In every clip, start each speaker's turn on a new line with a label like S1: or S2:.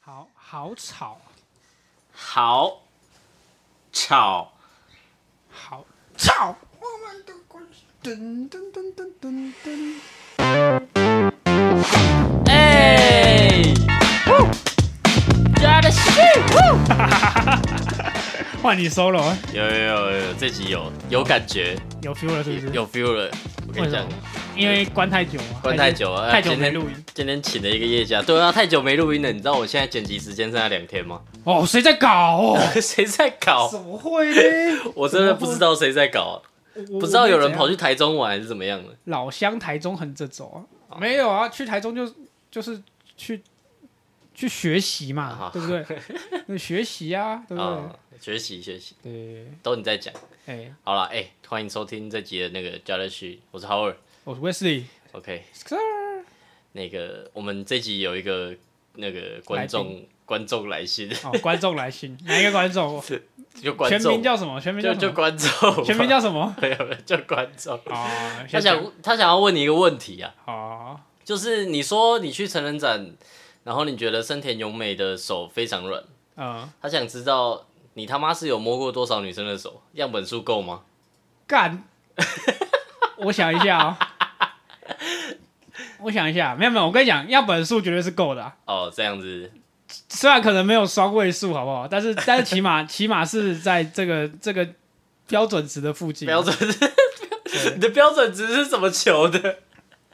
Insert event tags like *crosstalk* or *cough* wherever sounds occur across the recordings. S1: 好好吵，
S2: 好吵，
S1: 好吵，我们的关系。噔噔噔噔噔噔。
S2: 哎、抓的是，
S1: 换你 solo，啊
S2: 有有有有，这集有有感觉，
S1: 有 feel 了是不是？
S2: 有 feel 了。我跟
S1: 为
S2: 你
S1: 什
S2: 讲
S1: 么，？因为关太久了，
S2: 关太久了，
S1: 太久
S2: 今
S1: 没
S2: 天
S1: 录音。
S2: 今天请了一个夜假，对啊，太久没录音了。你知道我现在剪辑时间剩下两天
S1: *laughs*
S2: 吗？
S1: 哦，谁在搞哦？
S2: 谁在搞？
S1: *laughs* 怎么会呢？
S2: 我真的不知道谁在搞，
S1: 我，
S2: *laughs* 不
S1: 不
S2: 知道有人跑去台中玩还是怎么样的。
S1: 老乡台中横着走
S2: 哦
S1: 啊？没有啊，去台中就就是去去学习嘛，
S2: 啊
S1: 对不对？
S2: *laughs*
S1: 那学习啊，对不对？
S2: 啊、学习学习，
S1: 对，
S2: 都你在讲。
S1: 哎、
S2: 好了，哎、欢迎收听这集的那个 j a l e 我是
S1: 我
S2: Howard。
S1: 是哦 Wesley，
S2: OK，
S1: Sir
S2: 那个我们这集有一个那个观众观众来信， *laughs*
S1: 哦，观众来信，哪一个观众？
S2: 就观
S1: 全名
S2: 众
S1: 叫什么？全名
S2: 就
S1: 叫什
S2: 就
S1: 么？
S2: 观众，
S1: 全名叫什么？
S2: *laughs* 没有没有就观众。
S1: 哦，
S2: 他
S1: 先讲
S2: 想他想要问你一个问题啊，
S1: 哦，
S2: 就是你说你去成人展，然后你觉得森田勇美的手非常软，
S1: 嗯，
S2: 他想知道你他妈是有摸过多少女生的手，样本数够吗？
S1: 干， *laughs* 我想一下哦，我想一下，没有没有，我跟你讲，样本数绝对是够的啊、
S2: 哦，这样子
S1: 虽然可能没有双位数，好不好？但是但是起码 *laughs* 起码是在这个这个标准值的附近
S2: 标准是
S1: 对
S2: 你的 *laughs* 标准值是怎么求的？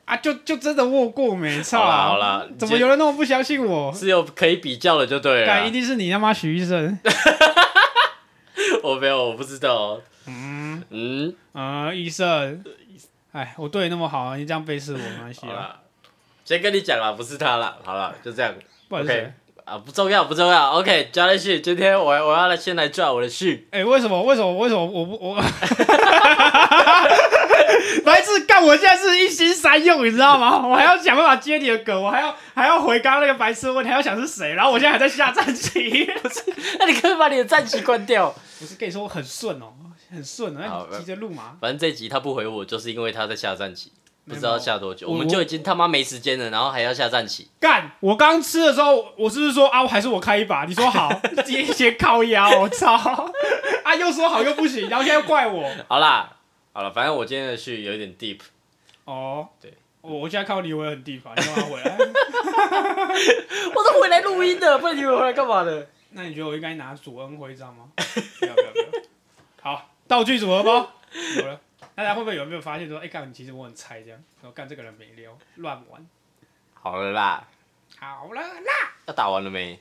S1: 啊，就就真的握过没差、
S2: 好啦
S1: 啊。
S2: 好啦，
S1: 怎么有人那么不相信我？
S2: 是有可以比较的就对了
S1: 干，
S2: 啊
S1: 一。定是你他妈许医
S2: *laughs*
S1: 生。
S2: 我没有，我不知道哦。
S1: 嗯
S2: 嗯，
S1: 呃，医生，哎，我对你那么好，你这样背刺我没关系
S2: 好
S1: 啊。
S2: 啦，先跟你讲啦，不是他啦，好啦，就这样
S1: 不然是谁
S2: OK 啊，不重要，不重要。OK，加了序，今天我我要来先来抓我的 *laughs* 序，
S1: 哎、为什么？为什么？为什么？我 *laughs* 不我，白痴干！我现在是一心三用，你知道吗？我还要想办法接你的梗，我还要还要回刚刚那个白痴问题，还要想是谁，然后我现在还在下战棋。 *laughs*
S2: 那哎你可以把你的战旗关掉。 *laughs*
S1: 不是跟你说我很顺哦，很顺哦，
S2: 好呃
S1: 那你急着录嘛？
S2: 反正这集他不回我，就是因为他在下战棋，不
S1: 没有
S2: 知道下多久，
S1: 我
S2: 我们就已经他妈没时间了，然后还要下战棋。
S1: 干！我刚吃的时候，我是不是说啊，我还是我开一把？你说
S2: *laughs*
S1: 好，接一些靠腰，我操！啊，又说好又不行，然后现在又怪我。
S2: 好啦，好了，反正我今天的序有一点 deep，
S1: 哦，
S2: 对，
S1: 我我现在靠你，我也很地方，你干嘛回来？
S2: *laughs* 我都回来录音的，不然你们回来干嘛的？
S1: 那你觉得我应该拿主恩徽章吗？ *laughs* 不要不要不要！好，道具组合包有了。大家会不会有没有发现说，哎、干，其实我很菜这样，然后干这个人没撩，乱玩。
S2: 好了啦，
S1: 好了啦，
S2: 要打完了没？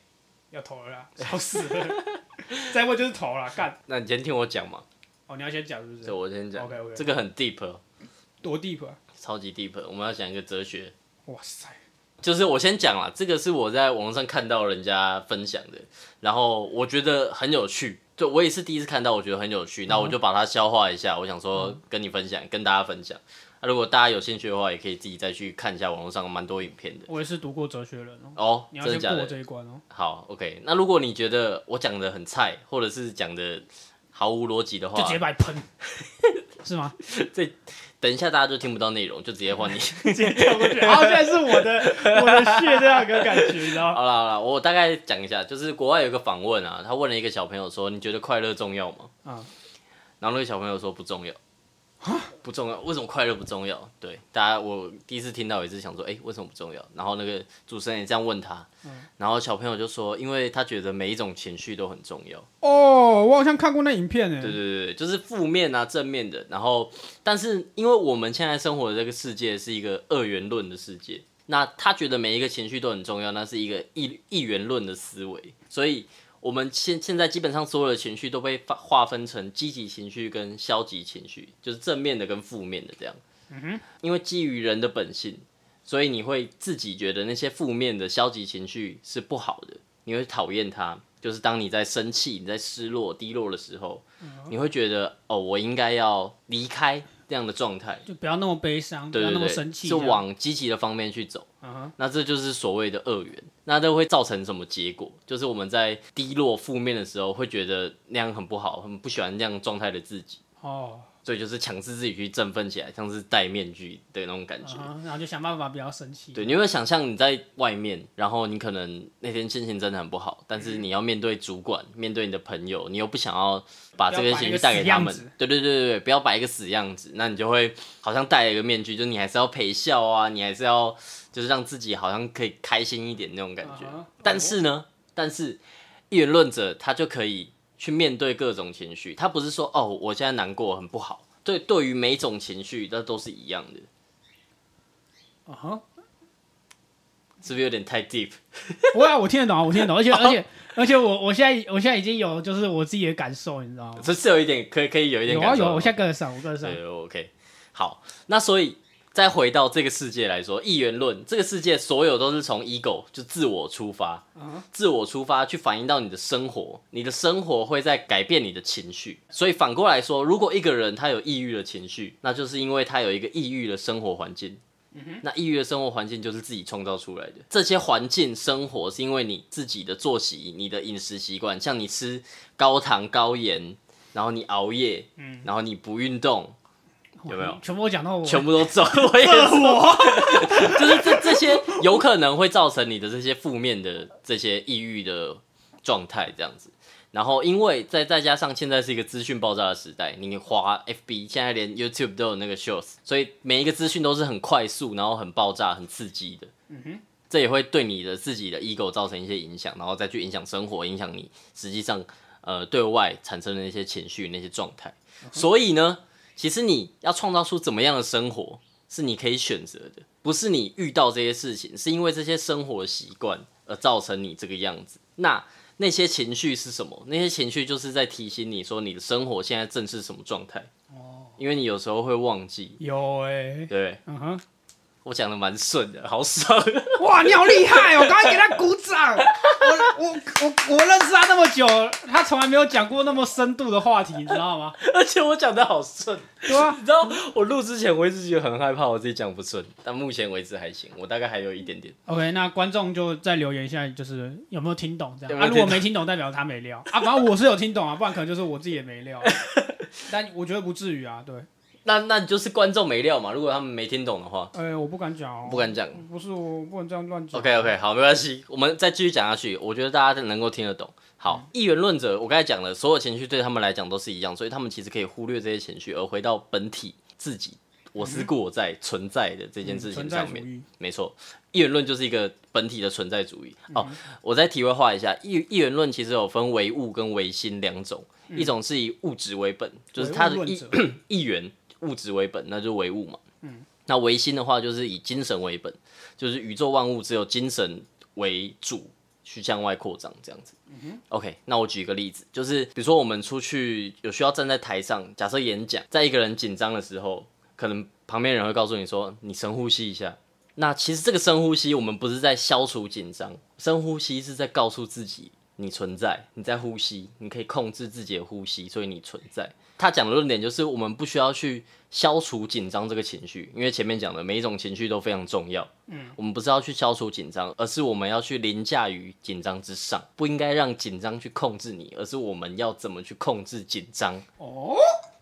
S1: 要投了啦，笑死了。 *laughs* 再问就是投了，干。
S2: 那你先听我讲嘛，
S1: 哦，你要先讲是不
S2: 对
S1: 是？
S2: 我先讲
S1: OK，OK
S2: 这个很 deep，哦
S1: 多 deep 啊！
S2: 超级 deep，我们要讲一个哲学。
S1: 哇塞，
S2: 就是我先讲啦，这个是我在网络上看到人家分享的，然后我觉得很有趣，对我也是第一次看到，我觉得很有
S1: 嗯
S2: 趣，那我就把它消化一下，我想说跟你分享，跟大家分享。那、如果大家有兴趣的话，也可以自己再去看一下网络上蛮多影片的
S1: 我也是读过哲学人哦。
S2: 哦，
S1: 你要
S2: 真的
S1: 先
S2: 假
S1: 过
S2: 的？
S1: 这一关哦。
S2: 好，OK。那如果你觉得我讲的很菜，或者是讲的毫无逻辑的
S1: 就直
S2: 话
S1: 接，把你
S2: *laughs*
S1: 喷，是吗？
S2: 等一下大家就听不到内容，就直接
S1: *laughs*
S2: 换你。
S1: 直接跳过去，然后现在是我的我的血这样一个感觉，你知道吗？
S2: *laughs* 好了好了，我大概讲一下，就是国外有一个访问啊，他问了一个小朋友说：“你觉得快乐重要吗？”
S1: 嗯
S2: 然后那个小朋友说不重要，不重要，为什么快乐不重要？对，大家我第一次听到也是想说，哎、为什么不重要？然后那个主持人也这样问他，然后小朋友就说，因为他觉得每一种情绪都很重要，
S1: 哦，我好像看过那影片诶。
S2: 对对对，就是负面啊、正面的。然后，但是因为我们现在生活的这个世界是一个二元论的世界，那他觉得每一个情绪都很重要，那是一个一一元论的思维，所以我们现现在基本上所有的情绪都被划划分成积极情绪跟消极情绪，就是正面的跟负面的这样。嗯哼，因为基于人的本性，所以你会自己觉得那些负面的消极情绪是不好的，你会讨厌它。就是当你在生气、你在失落、低落的时候，你会觉得哦，我应该要离开这样的状态，
S1: 就不要那么悲伤，不
S2: 对
S1: 要
S2: 对
S1: 那么
S2: 对，
S1: 生气，
S2: 是
S1: 这样
S2: 往积极的方面去走。
S1: 嗯哼
S2: 那这就是所谓的恶缘，那这会造成什么结果？就是我们在低落、负面的时候，会觉得那样很不好，很不喜欢那样状态的自己。
S1: 哦，
S2: 所以就是强制自己去振奋起来，像是戴面具的那种感觉。
S1: 嗯哼然后就想办法不要生气。
S2: 对，你有没有想象你在外面，然后你可能那天心情真的很不好，但是你要面对主管，面对你的朋友，你又不想要把这
S1: 不要
S2: 个
S1: 摆一
S2: 情
S1: 个
S2: 绪带给
S1: 死
S2: 他
S1: 样
S2: 们
S1: 子。
S2: 对对对对对，不要摆一个死样子，那你就会好像戴了一个面具，就是你还是要陪笑啊，你还是要就是让自己好像可以开心一点那种感觉。
S1: 嗯哼
S2: 但是呢，但是一言论者他就可以去面对各种情绪，他不是说哦我现在难过很不好，对，对于每种情绪那都是一样的，
S1: 嗯哼，
S2: 是不是有点太 deep？
S1: 不会啊，我听得懂啊，我听得懂，而且而且而且我我现在我现在已经有就是我自己的感受，你知道吗？
S2: 这是有一点可以可以有一点
S1: 有
S2: 感
S1: 啊
S2: 受
S1: 有
S2: 的
S1: 啊，
S2: 吗
S1: 我现在跟得上，我跟得上。
S2: 对哦 OK 好，那所以再回到这个世界来说，一元论这个世界所有都是从 ego 就自我出发
S1: 嗯
S2: 自我出发去反映到你的生活，你的生活会在改变你的情绪。所以反过来说，如果一个人他有抑郁的情绪，那就是因为他有一个抑郁的生活环境。
S1: 嗯
S2: 那抑郁的生活环境就是自己创造出来的。这些环境生活是因为你自己的作息、你的饮食习惯，像你吃高糖高盐，然后你熬夜，嗯，然后你不运动，有没有？
S1: 全部我讲到我，
S2: 全部都中，我也是，我就是这这些有可能会造成你的这些负面的这些抑郁的状态这样子。然后，因为再再加上现在是一个资讯爆炸的时代，你滑 FB，现在连 YouTube 都有那个 Shorts，所以每一个资讯都是很快速，然后很爆炸、很刺激的。嗯
S1: 哼，
S2: 这也会对你的自己的 ego 造成一些影响，然后再去影响生活，影响你实际上呃对外产生的那些情绪、那些状态。所以呢，其实你要创造出怎么样的生活，是你可以选择的，不是你遇到这些事情，是因为这些生活习惯而造成你这个样子。那那些情绪是什么？那些情绪就是在提醒你说你的生活现在正是什么状态。哦，因为你有时候会忘记，
S1: 有哎、
S2: 对不对
S1: 嗯
S2: *laughs*
S1: 哼，
S2: 我讲的蛮顺 *laughs* 的，好爽。
S1: 哇，你好厉害哦！赶快给他鼓掌。 *laughs* 我我我我认识他那么久，他从来没有讲过那么深度的话题，你知道吗？
S2: 而且我讲的好顺，
S1: 对啊
S2: 你，知道我录之前我一直觉得很害怕我自己讲不顺，但目前为止还行，我大概还有一点点。
S1: OK，那观众就再留言一下，就是有没有听懂这
S2: 有
S1: 样
S2: 没
S1: 啊？
S2: 有
S1: 如果没听懂，代表他没料啊。反正我是有听懂啊，不然可能就是我自己也没
S2: *laughs*
S1: 料。但我觉得不至于啊，对。
S2: 那那就是观众没料嘛，如果他们没听懂的话，
S1: 哎、我不敢讲、哦，
S2: 不敢讲。
S1: 不是我不能这样乱讲。
S2: OK OK，好，没关系，我们再继续讲下去。我觉得大家能够听得懂。
S1: 嗯
S2: 好，一元论者，我刚才讲了，所有情绪对他们来讲都是一样，所以他们其实可以忽略这些情绪，而回到本体自己，我思故我在、存在的这件事情
S1: 嗯存在
S2: 上
S1: 主
S2: 面。
S1: 义，
S2: 没错，一元论就是一个本体的存在主义。
S1: 嗯
S2: 哦，我再题外话一下，一一元论其实有分唯物跟唯心两种，一种是以物质为本，就是它的
S1: 嗯唯物
S2: 一
S1: 论者
S2: 一元物质为本，那就是唯物嘛。那唯心的话就是以精神为本，就是宇宙万物只有精神为主去向外扩张这样子。OK，那我举一个例子，就是比如说我们出去有需要站在台上，假设演讲，在一个人紧张的时候，可能旁边人会告诉你说：“你深呼吸一下。”那其实这个深呼吸，我们不是在消除紧张，深呼吸是在告诉自己你存在，你在呼吸，你可以控制自己的呼吸，所以你存在。他讲的论点就是，我们不需要去消除紧张这个情绪，因为前面讲的每一种情绪都非常重要。嗯，我们不是要去消除紧张，而是我们要去凌驾于紧张之上，不应该让紧张去控制你，而是我们要怎么去控制紧张。
S1: 哦，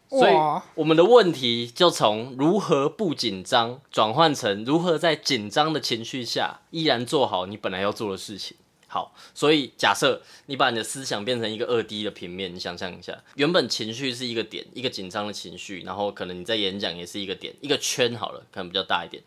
S2: 所以
S1: 哇，
S2: 我们的问题就从如何不紧张转换成如何在紧张的情绪下依然做好你本来要做的事情。好，所以假设你把你的思想变成一个二 D 的平面，你想象一下，原本情绪是一个点，一个紧张的情绪，然后可能你在演讲也是一个点，一个圈好了，可能比较大一点。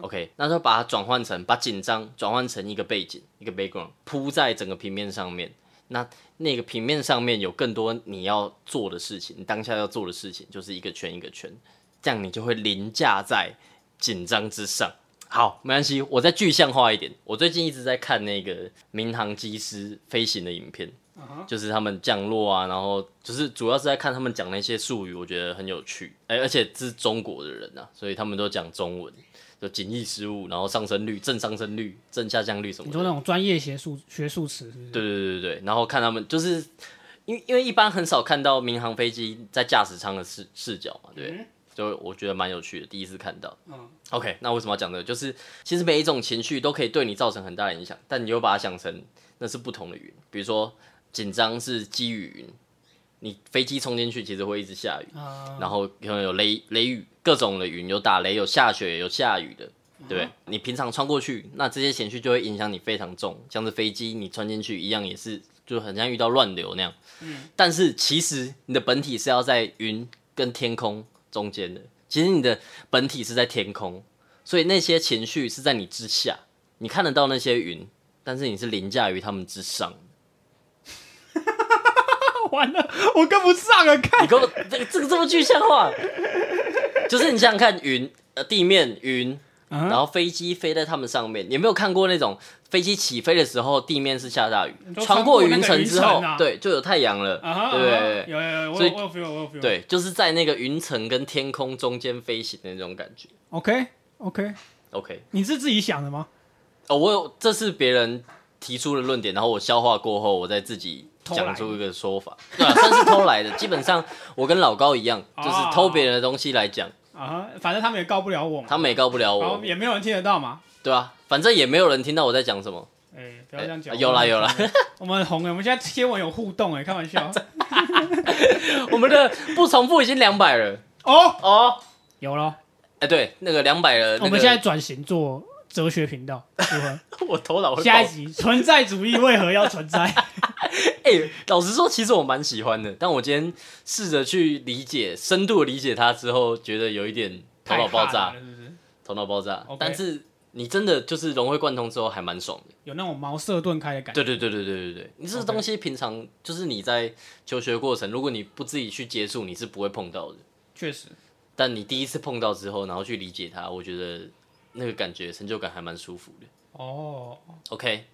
S2: OK，那就把它转换成把紧张转换成一个背景，一个 background 铺在整个平面上面。那那个平面上面有更多你要做的事情，你当下要做的事情就是一个圈一个圈，这样你就会凌驾在紧张之上。好，没关系，我再具象化一点。我最近一直在看那个民航机师飞行的影片
S1: 嗯哼
S2: 就是他们降落啊，然后就是主要是在看他们讲那些术语，我觉得很有趣。哎、而且这是中国的人啊，所以他们都讲中文，就紧急失误，然后上升率、正上升率、正下降率什么
S1: 你
S2: 的
S1: 说。那种专业学术学术词是不是？
S2: 对对对对对，然后看他们就是，因为因为一般很少看到民航飞机在驾驶舱的视视角嘛，对，
S1: 嗯
S2: 就我觉得蛮有趣的，第一次看到。
S1: 嗯
S2: OK，那为什么要讲这个？就是其实每一种情绪都可以对你造成很大的影响，但你又把它想成那是不同的云，比如说紧张是基于云，你飞机冲进去其实会一直下雨，
S1: 啊， *laughs*
S2: 然后可能有雷雷雨，各种的云，有打雷，有下雪，有下雨的，对不对？你平常穿过去，那这些情绪就会影响你非常重，像是飞机你穿进去一样，也是就很像遇到乱流那样。嗯，但是其实你的本体是要在云跟天空中间的，其实你的本体是在天空，所以那些情绪是在你之下，你看得到那些云，但是你是凌驾于他们之上。
S1: 完了，我跟不上了，看
S2: 你给我这个这个这么具象化，就是你想想看云，呃，地面云，
S1: 嗯
S2: 然后飞机飞在它们上面，你有没有看过那种飞机起飞的时候地面是下大雨，
S1: 都
S2: 穿
S1: 穿过那
S2: 云
S1: 个
S2: 层
S1: 云
S2: 之后，
S1: 层啊
S2: 对，就有太阳了，
S1: 啊哈，
S2: 对不对
S1: 啊哈？有有有，我
S2: 所以
S1: 有我有 feel，我有 feel，
S2: 对，就是在那个云层跟天空中间飞行的那种感觉。
S1: ，OK OK，
S2: OK，
S1: 你是自己想的吗？
S2: 哦，我有，这是别人提出的论点，然后我消化过后，我再自己
S1: 偷来
S2: 讲出一个说法，对、啊，算是偷来的。基本上我跟老高一样，就是
S1: 啊
S2: 偷别人的东西来讲，
S1: 啊哈，反正他们也告不了我嘛，
S2: 他们也告不了
S1: 然
S2: 我
S1: 后，也没有人听得到嘛。
S2: 对啊，反正也没有人听到我在讲什么。
S1: 哎，不要这样讲
S2: 哎。有啦有啦， *laughs*
S1: 我们很红了，我们现在贴文有互动哎，开玩笑。
S2: 我们的不重复已经两百了
S1: 哦，
S2: 哦。
S1: 有了，
S2: 哎，对，那个两百了。
S1: 我们现在转型做哲学频道，如何？
S2: 在 *laughs* 我头脑会
S1: 下一
S2: 爆。
S1: 集存在主义为何要存在？
S2: 哎，老实说，其实我蛮喜欢的，但我今天试着去理解、深度地理解它之后，觉得有一点 *laughs* 头脑爆
S1: 太怕
S2: 炸，
S1: 了是不是？
S2: 头脑爆炸
S1: OK。
S2: 但是你真的就是融会贯通之后，还蛮爽的。
S1: 有那种茅塞顿开的感觉。
S2: 对对对对对对对，你这个
S1: OK
S2: 东西平常就是你在求学过程，如果你不自己去接触，你是不会碰到的。
S1: 确实，
S2: 但你第一次碰到之后，然后去理解它，我觉得那个感觉成就感还蛮舒服的。
S1: 哦，
S2: OK，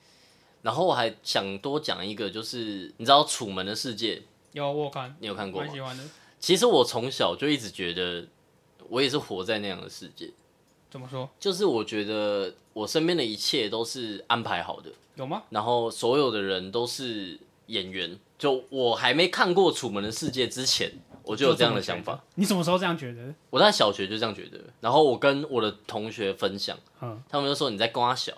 S2: 然后我还想多讲一个，就是你知道《楚门的世界》，
S1: 有我有看，
S2: 你有看过
S1: 蛮
S2: 吗？
S1: 喜欢的。
S2: 其实我从小就一直觉得，我也是活在那样的世界，
S1: 怎么说？
S2: 就是我觉得我身边的一切都是安排好的，
S1: 有吗？
S2: 然后所有的人都是演员。就我还没看过《楚门的世界》之前，我就有这样的想法。
S1: 就这么觉得。你什么时候这样觉得？
S2: 我在小学就这样觉得，然后我跟我的同学分享，
S1: 嗯，
S2: 他们就说你在
S1: *laughs*
S2: 光小，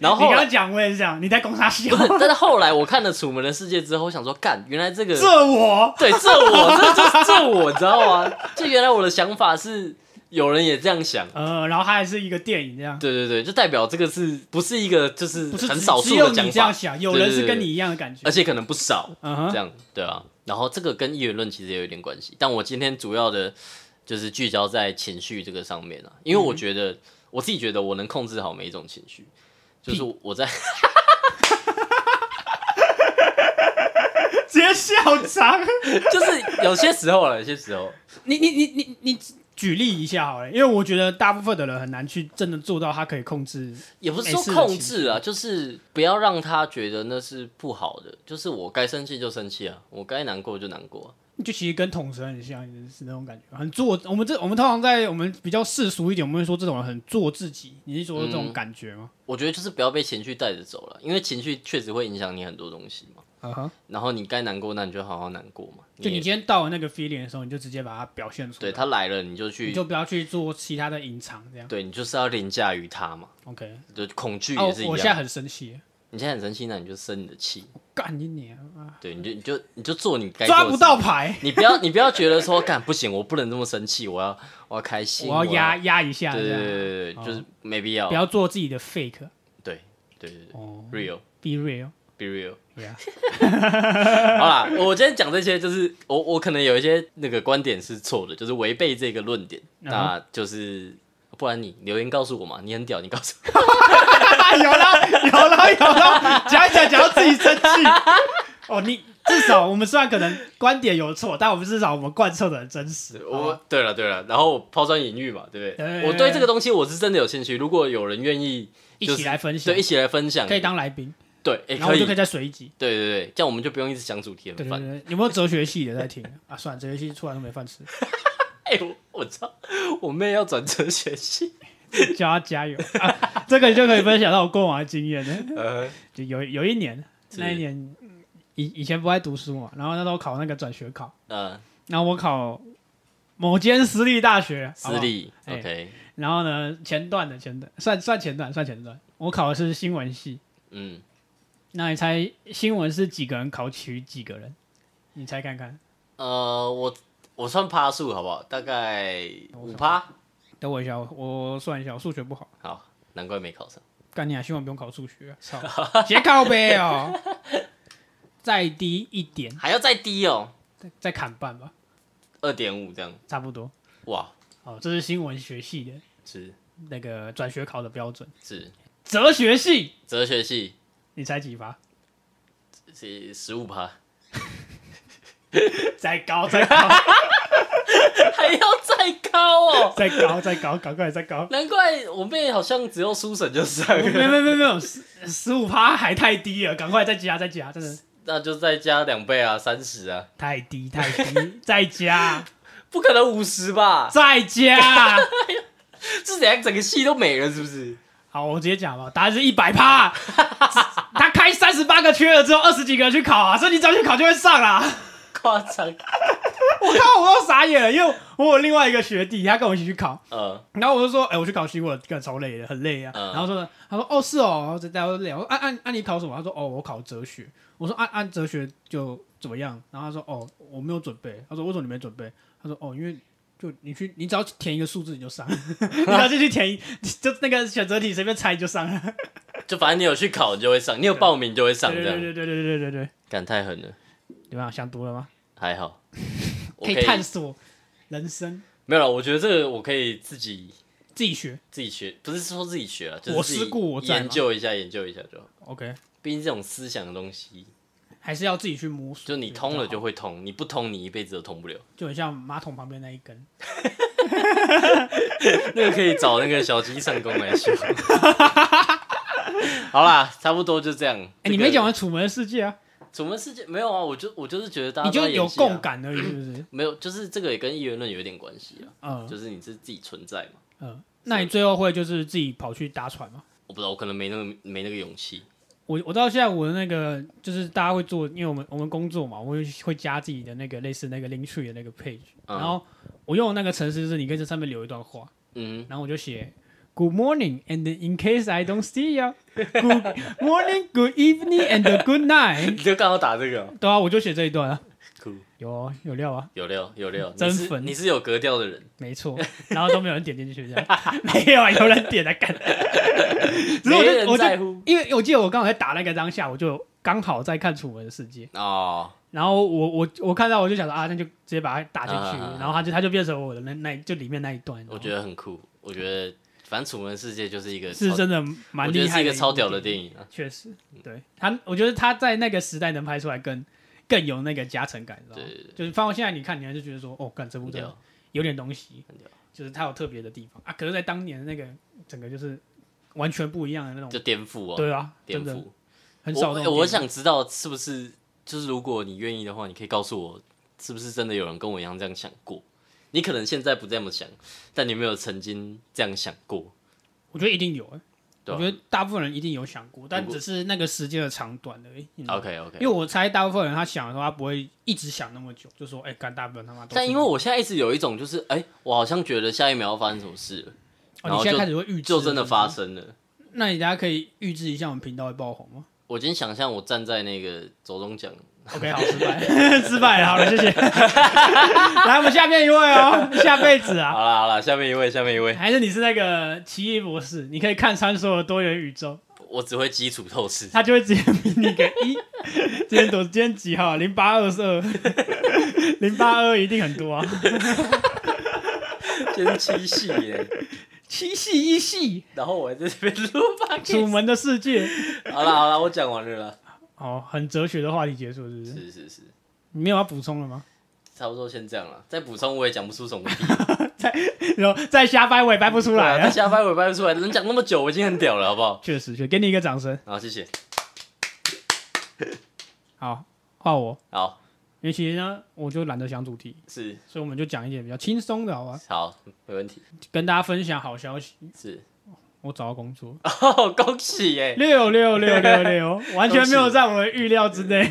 S2: 然后
S1: 你
S2: 后
S1: 刚
S2: 来
S1: 刚讲我也是这样，你在攻他笑
S2: *laughs* 不，是，但是后来我看了《楚门的世界》之后，我想说，干，原来这个
S1: 这我
S2: 对这我这这这我，你知道吗？就原来我的想法是有人也这样想，
S1: 呃，然后他还是一个电影这样，
S2: 对对对，就代表这个是不是一个就是
S1: 不是
S2: 很
S1: 只
S2: 少
S1: 只
S2: 数
S1: 有
S2: 的讲
S1: 你这样
S2: 法，
S1: 想，有人是
S2: 对对对
S1: 跟你一样的感觉
S2: 而。且可能不少
S1: 嗯
S2: 这
S1: 哼，
S2: 样，对啊。然后这个跟一元论其实也有一点关系，但我今天主要的就是聚焦在情绪这个上面啊，因为
S1: 嗯
S2: 我觉得、我自己觉得我能控制好每一种情绪，就是
S1: *laughs*
S2: 我在
S1: *laughs* 直接笑场。
S2: 就是有些时候了，有些时候。
S1: 你你你你你举例一下好了，因为我觉得大部分的人很难去真的做到他可以控制。
S2: 也不是说控制啊，就是不要让他觉得那是不好的，就是我该生气就生气啊，我该难过就难过啊、
S1: 就其实跟统神很像，是那种感觉，很做。我们这我们通常在我们比较世俗一点，我们会说这种人很做自己。你是说这种感觉吗？
S2: 我觉得就是不要被情绪带着走了，因为情绪确实会影响你很多东西嘛。
S1: 啊哈，
S2: 然后你该难过，那你就好好难过嘛。
S1: 就你
S2: 也
S1: 今天到了那个 feeling 的时候，你就直接把它表现出
S2: 对
S1: 来，
S2: 他来了，你就
S1: 你
S2: 去，
S1: 就不要去做其他的隐藏这样。
S2: 对你就是要凌驾于他嘛。
S1: OK，
S2: 对，恐惧
S1: 哦
S2: 也是一，
S1: 我现在
S2: 样。
S1: 很生气，
S2: 你现在很生气，那你就生你的气，
S1: 干你娘啊！
S2: 对，你就你就你就做你该做的
S1: 抓
S2: 事
S1: 不到。牌，
S2: 你不要你不要觉得说，干不行，我不能这么生气，我要我要开心，
S1: 我要
S2: 我
S1: 压。压一下
S2: 对
S1: 这
S2: 对对
S1: 样，
S2: 对对对，就是没必要
S1: 哦不。要做自己的 fake
S2: 对对对对
S1: 哦
S2: ，real
S1: ，be real。
S2: be real。
S1: 对啊，
S2: *laughs* 好啦，我今天讲这些，就是我我可能有一些那个观点是错的，就是违背这个论点，
S1: 嗯
S2: 那就是不然你留言告诉我嘛，你很屌，你告诉我。
S1: 哎有啦有啦有啦，讲一讲讲到自己生气。哦，你至少我们虽然可能观点有错，但我们至少我们贯彻的很真实。
S2: 我对了对了，然后我抛砖引玉嘛，对不对？
S1: 啊对
S2: 我对这个东西我是真的有兴趣，如果有人愿意、就是
S1: 一起来分享
S2: 对，一起来分享，
S1: 可以当来宾，
S2: 对，也
S1: 然后
S2: 可
S1: 我
S2: 以，
S1: 就可
S2: 对
S1: 以再随一集。
S2: 对对，这样我们就不用一直讲主题
S1: 对对
S2: 很烦。 *laughs*
S1: 对，有没有哲学系的在听啊？算了，哲学系出来都没饭吃，
S2: 哎、我我操，我妹要转哲
S1: *laughs*
S2: 学系，
S1: 叫他加油啊！这个就可以分享到我过往的经验了。
S2: 呃，
S1: 就有有一年，
S2: 是
S1: 那一年嗯以以前不爱读书嘛，然后那时候考那个转学考，
S2: 呃，
S1: 然后我考某间私立大学，好不
S2: 私
S1: 好。
S2: 立
S1: 哎
S2: ，OK，
S1: 然后呢，前段的前段算算前段算前段，我考的是新闻系。
S2: 嗯，
S1: 那你猜新闻是几个人考取几个人？你猜看看。
S2: 呃，我我算趴数好不好？大概五趴。
S1: 等我一下，我我算一下，我数学不好。
S2: 好，难怪没考上。
S1: 干你啊！希望不用考数学、啊，操， *laughs* 别靠背哦。再低一点，
S2: 还要再低哦，
S1: 再再砍半吧，
S2: 二点五这样。
S1: 差不多。
S2: 哇，
S1: 哦，这是新闻学系的
S2: 是
S1: 那个转学考的标准。
S2: 是
S1: 哲学系，
S2: 哲学系
S1: 你猜几 *laughs* 发？
S2: 是十五趴， *laughs*
S1: 再高，再高，
S2: 还要再高哦。
S1: 再高，再高，赶快再高。
S2: 难怪我妹好像只要书审就上
S1: 没有
S2: 了，
S1: 没有没有没有，十十五趴还太低了，赶快再加再加，真的
S2: 那就再加两倍啊，三十啊，
S1: 太低太低，再 *laughs* 加
S2: 不可能五十吧？
S1: 再加。
S2: 这怎样整个系都没了是不是？
S1: 好，我直接讲吧，答案是一百趴。他开三十八个缺了之后，二十几个人去考啊，所以你只要去考就会上啊啦。
S2: 夸张，
S1: 我靠，我都傻眼了，因为我有另外一个学弟，他跟我一起去考，
S2: 呃，
S1: 然后我就说，哎、我去考新闻，干超累的，很累啊。
S2: 嗯
S1: 然后说呢，他说，哦，是哦，然后大家都累。我说，按按按你考什么？他说，哦，我考哲学。我说，按按哲学就怎么样？然后他说，哦，我没有准备。他说，为什么你没准备？他说，哦，因为就你去，你只要填一个数字你就上， *laughs* 你只要进去填一， *laughs* 就那个选择题随便猜你就上了。
S2: 就反正你有去考，你就会上，你有报名就会上，
S1: 对对
S2: 这样
S1: 对对对对对对，
S2: 感太狠了，
S1: 怎么样？想读了吗？
S2: 还
S1: *laughs*
S2: 好，我
S1: 可以探索人生，
S2: 没有了。我觉得这个我可以自己
S1: 自己学。
S2: 自己学，不是说自己学啊，就
S1: 我
S2: 是自己
S1: 思故我在嘛
S2: 研究一下，研究一下就好。
S1: OK，
S2: 毕竟这种思想的东西，
S1: 还是要自己去摸索。
S2: 就你通了
S1: 比较
S2: 就
S1: 好
S2: 会通，你不通你一辈子都通不了。
S1: 就很像马桶旁边那一根。
S2: *laughs* 那个可以找那个小鸡上工来修。 *laughs* 好啦，差不多就这样。
S1: 哎、你没讲完《楚门的世界》啊？
S2: 楚门世界没有啊？我就我就是觉得大家
S1: 你
S2: 都
S1: 就
S2: 在
S1: 有
S2: 演戏啊
S1: 共，感而已，是不
S2: *clears throat*
S1: 是？
S2: 没有，就是这个也跟一元论有一点关系啊，
S1: 嗯
S2: 就是你是自己存在嘛。
S1: 嗯，那你最后会就是自己跑去搭船吗？
S2: 我不知道，我可能没那个没那个勇气。
S1: 我我到现在我的那个就是大家会做，因为我们我们工作嘛，我会会加自己的那个类似那个 link tree 的那个 page，、
S2: 嗯
S1: 然后我用的那个程式就是你可以在上面留一段话，
S2: 嗯，
S1: 然后我就写 Good morning and in case I don't see you, good morning, good evening and good night。
S2: 你就刚好打这个哦、
S1: 对啊，我就写这一段啊，
S2: 酷，
S1: 有哦有料啊，
S2: 有料有料，
S1: 真
S2: 你是
S1: 粉
S2: 你是有格调的人。
S1: 没错，然后都没有人点进去，这样
S2: *laughs*
S1: 没有啊，有人点来干。只是我
S2: 没人
S1: 就我
S2: 在
S1: 就
S2: 乎
S1: 因为我记得我刚好在打那个当下，我就刚好在看《楚门的世界》，
S2: 哦，
S1: 然后我我我看到我就想说啊，那就直接把它打进去，
S2: 啊
S1: 然后它就它就变成我的那那就里面那一段，
S2: 我觉
S1: 得
S2: 得很酷。我觉得反正《楚门世界》就是一个
S1: 是
S2: 超
S1: 真的蛮
S2: 我觉
S1: 厉
S2: 得
S1: 害
S2: 是一
S1: 的
S2: 个超屌
S1: 部
S2: 的
S1: 电影，
S2: 电影啊。
S1: 确实，对他，我觉得他在那个时代能拍出来更更有那个加成感，你知道吗
S2: 对对？对
S1: 就是放到现在你看，你还是觉得说哦，干这部
S2: 很
S1: 真的
S2: 屌，
S1: 有点东西
S2: 很屌，
S1: 就是它有特别的地方啊。可是，在当年那个整个就是完全不一样的那
S2: 就
S1: 种，
S2: 颠覆哦，
S1: 对啊，
S2: 颠
S1: 真的
S2: 覆。
S1: 很少那
S2: 我
S1: 种。
S2: 我，想知道是不是就是如果你愿意的话，你可以告诉我是不是真的有人跟我一样这样想过？你可能现在不这么想，但你有没有曾经这样想过。
S1: 我觉得一定有、欸，
S2: 对
S1: 我
S2: 啊
S1: 觉得大部分人一定有想过，但
S2: 如果
S1: 只是那个时间的长短而已。你知道吗
S2: OK
S1: 嗯因
S2: OK，
S1: 为我猜大部分人他想的时候，他不会一直想那么久，就说哎，干、大部分他妈都是。
S2: 但因为我现在一直有一种就是，哎、我好像觉得下一秒要发生什么事了，
S1: 哦，
S2: 然
S1: 你
S2: 后
S1: 现在开始会预知，
S2: 就真的发。生了。
S1: 那你大家可以预知一下我们频道会爆红
S2: *laughs*
S1: 吗？
S2: 我今天想象我站在那个走中奖，
S1: OK，好，失败， *laughs* 失败了，好了，谢谢。来，我们下面一位哦，下辈子啊，
S2: 好啦好啦，下面一位，下面一位，
S1: 还是你是那个奇异博士，你可以看穿所有多元宇宙，
S2: 我只会基础透视。
S1: 他就会直接比你个 *laughs* 一。今天多，今天几号？零八二十二， *laughs* 零八二一定很多啊，
S2: 今天七系耶，
S1: 七系一系，
S2: 然后我还在这边录吧。
S1: 楚门的世界。
S2: 好啦好啦，我讲完了啦。
S1: 哦，很哲学的话题结束是不是？
S2: 是是是，
S1: 你没有要补充了吗？ *laughs*
S2: 差不多先这样了。再补充我也讲不出什么屁。
S1: 然后再瞎掰我也掰不出来
S2: 对啊
S1: 了。
S2: 瞎掰我也掰不出来，能讲那么久，我已经很屌了，好不好？
S1: 确实，确实给你一个掌声。
S2: 好，谢谢。
S1: 好，换我，
S2: 好，
S1: 因为其实呢，我就懒得想主题，
S2: 是
S1: 所以我们就讲一点比较轻松的，好吧？
S2: 好，没问题。
S1: 跟大家分享好消息，
S2: 是，
S1: 我找到工作，
S2: 哦， *laughs* 恭喜耶！
S1: 六六六六 *laughs* 六，完全没有在我的预料之内。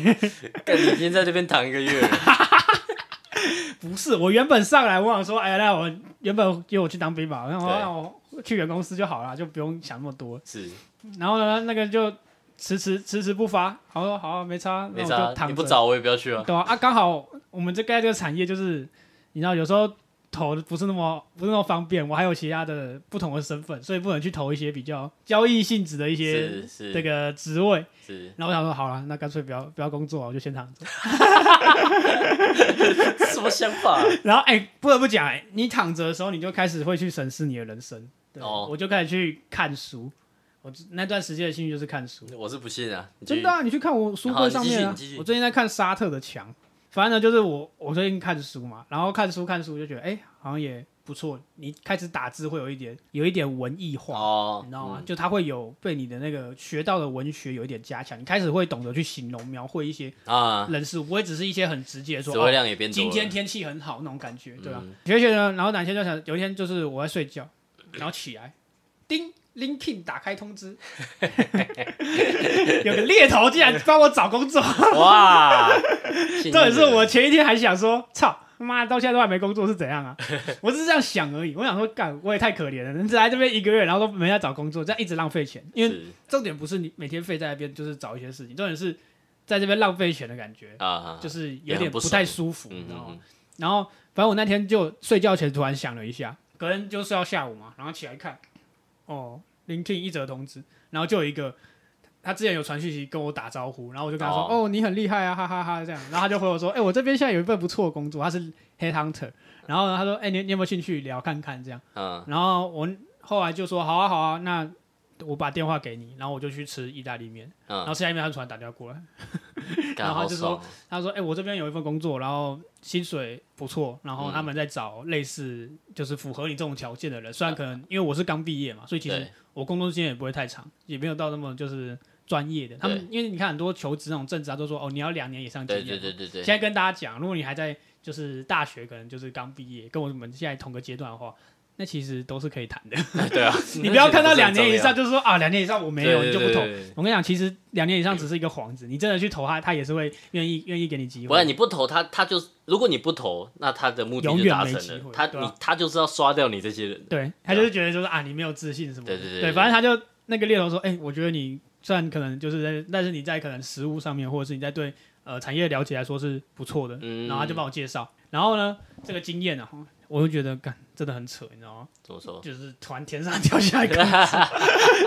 S2: 干你今天在这边躺一个月了，
S1: 不是，我原本上来我想说，哎，那我原本约我去当兵吧，然后
S2: 对
S1: 让我去原公司就好了，就不用想那么多。
S2: 是
S1: 然后呢，那个就迟迟迟迟不发，好说好啊没差，那
S2: 没
S1: 我
S2: 差
S1: 就，躺
S2: 你不
S1: 着。
S2: 找我也不要去啊。
S1: 对啊，啊，刚好我们这盖这个产业就是，你知道有时候投的不是那么不是那么方便，我还有其他的不同的身份，所以不能去投一些比较交易性质的一些
S2: 是是
S1: 这个职位。
S2: 是，
S1: 然后我想说，好了，那干脆不要不要工作，我就先躺着。
S2: 什么想法啊？
S1: *laughs* 然后哎、不得不讲、哎，你躺着的时候，你就开始会去审视你的人生。对，
S2: 哦
S1: 我就开始去看书。我那段时间的兴趣就是看书。
S2: 我是不信啊，你继续
S1: 真的、啊，你去看我书柜上面、
S2: 好
S1: 啊
S2: 你继续你继续，
S1: 我最近在看沙特的墙。反正呢，就是我我最近看书嘛，然后看书看书就觉得，哎、好像也不错。你开始打字会有一点有一点文艺化，
S2: 哦
S1: 啊你，知道吗？就它会有被你的那个学到的文学有一点加强，你开始会懂得去形容描绘一些
S2: 啊，
S1: 人事物，不会只是一些很直接说
S2: 词汇
S1: 哦，
S2: 量也变多
S1: 今
S2: 了。嗯
S1: 天天气很好那种感觉，对吧、学学呢，然后哪天就想，有一天就是我在睡觉，然后起来，叮，LinkedIn 打开通
S2: *laughs*
S1: 知，有个猎头竟然帮我找工
S2: *laughs*
S1: 作，哦
S2: 哇，
S1: *laughs*
S2: 幸运
S1: 这也是
S2: 的
S1: 我前一天还想说，操。妈，到现在都还没工作是怎样啊？我只是这样想而已。我想说，干，我也太可怜了，只来这边一个月，然后都没在找工作，这样一直浪费钱。因为
S2: 是
S1: 重点不是你每天费在那边，就是找一些事情，重点是在这边浪费钱的感觉，
S2: 啊，
S1: 就是
S2: 也
S1: 有
S2: 很
S1: 点
S2: 不
S1: 不太
S2: 爽
S1: 舒服，你
S2: 嗯
S1: 知道吗？
S2: 嗯
S1: 然后反正我那天就睡觉前突然想了一下，隔天就睡到下午嘛，然后起来看，哦，聆听一则通知，然后就有一个他之前有传讯息跟我打招呼，然后我就跟他说，哦
S2: 哦
S1: 你很厉害啊，哈哈哈这样，然后他就回我 *laughs* 说，哎、我这边现在有一份不错的工作，他是 head hunter，然后呢他说，哎、你你有没有兴趣聊看看这样？
S2: 嗯，
S1: 然后我后来就说，好啊好啊，那我把电话给你，然后我就去吃意大利面，
S2: 嗯
S1: 然后吃意大利面他就突然打电话过来。
S2: 嗯
S1: 然
S2: 干
S1: 后
S2: 好
S1: 就说
S2: 爽
S1: 他说：“哎、我这边有一份工作，然后薪水不错，然后
S2: 嗯
S1: 他们在找类似就是符合你这种条件的人。虽然可能因为我是刚毕业嘛，所以其实
S2: 对
S1: 我工作时间也不会太长，也没有到那么就是专业的。他们因为你看很多求职那种正职啊，都说哦你要两年以上经
S2: 对
S1: 验。
S2: 对对对对
S1: 现，在跟大家讲，如果你还在就是大学，可能就是刚毕业，跟我们现在同个阶段的话。”那其实都是可以谈
S2: *laughs*
S1: 的，
S2: 对啊，
S1: *laughs* 你不要看到两年以上
S2: 就
S1: 就说啊，两年以上我没有，你就不投。
S2: 投。
S1: 我跟你讲，其实两年以上只是一个幌子，你真的去投他，他也是会愿意愿意给你机
S2: 不然
S1: 会。
S2: 你不投他，他就如果你不投，那他的目的
S1: 永
S2: 就
S1: 远
S2: 达
S1: 没
S2: 成
S1: 机
S2: 了
S1: 会。
S2: 他
S1: 对啊
S2: 你他就是要刷掉你这些人。
S1: 对他就是觉得就是啊，你没有自信什么的。
S2: 对对对对
S1: 反正他就那个猎头说，哎、我觉得你虽然可能就是在，但是你在可能实物上面，或者是你在对呃产业了解来说是不错的，
S2: 嗯
S1: 然后他就帮我介绍。然后呢，这个经验啊，我就觉得干真的很扯，你知道吗？
S2: 怎么说？
S1: 就是突然天上掉下来工
S2: *laughs*
S1: 资，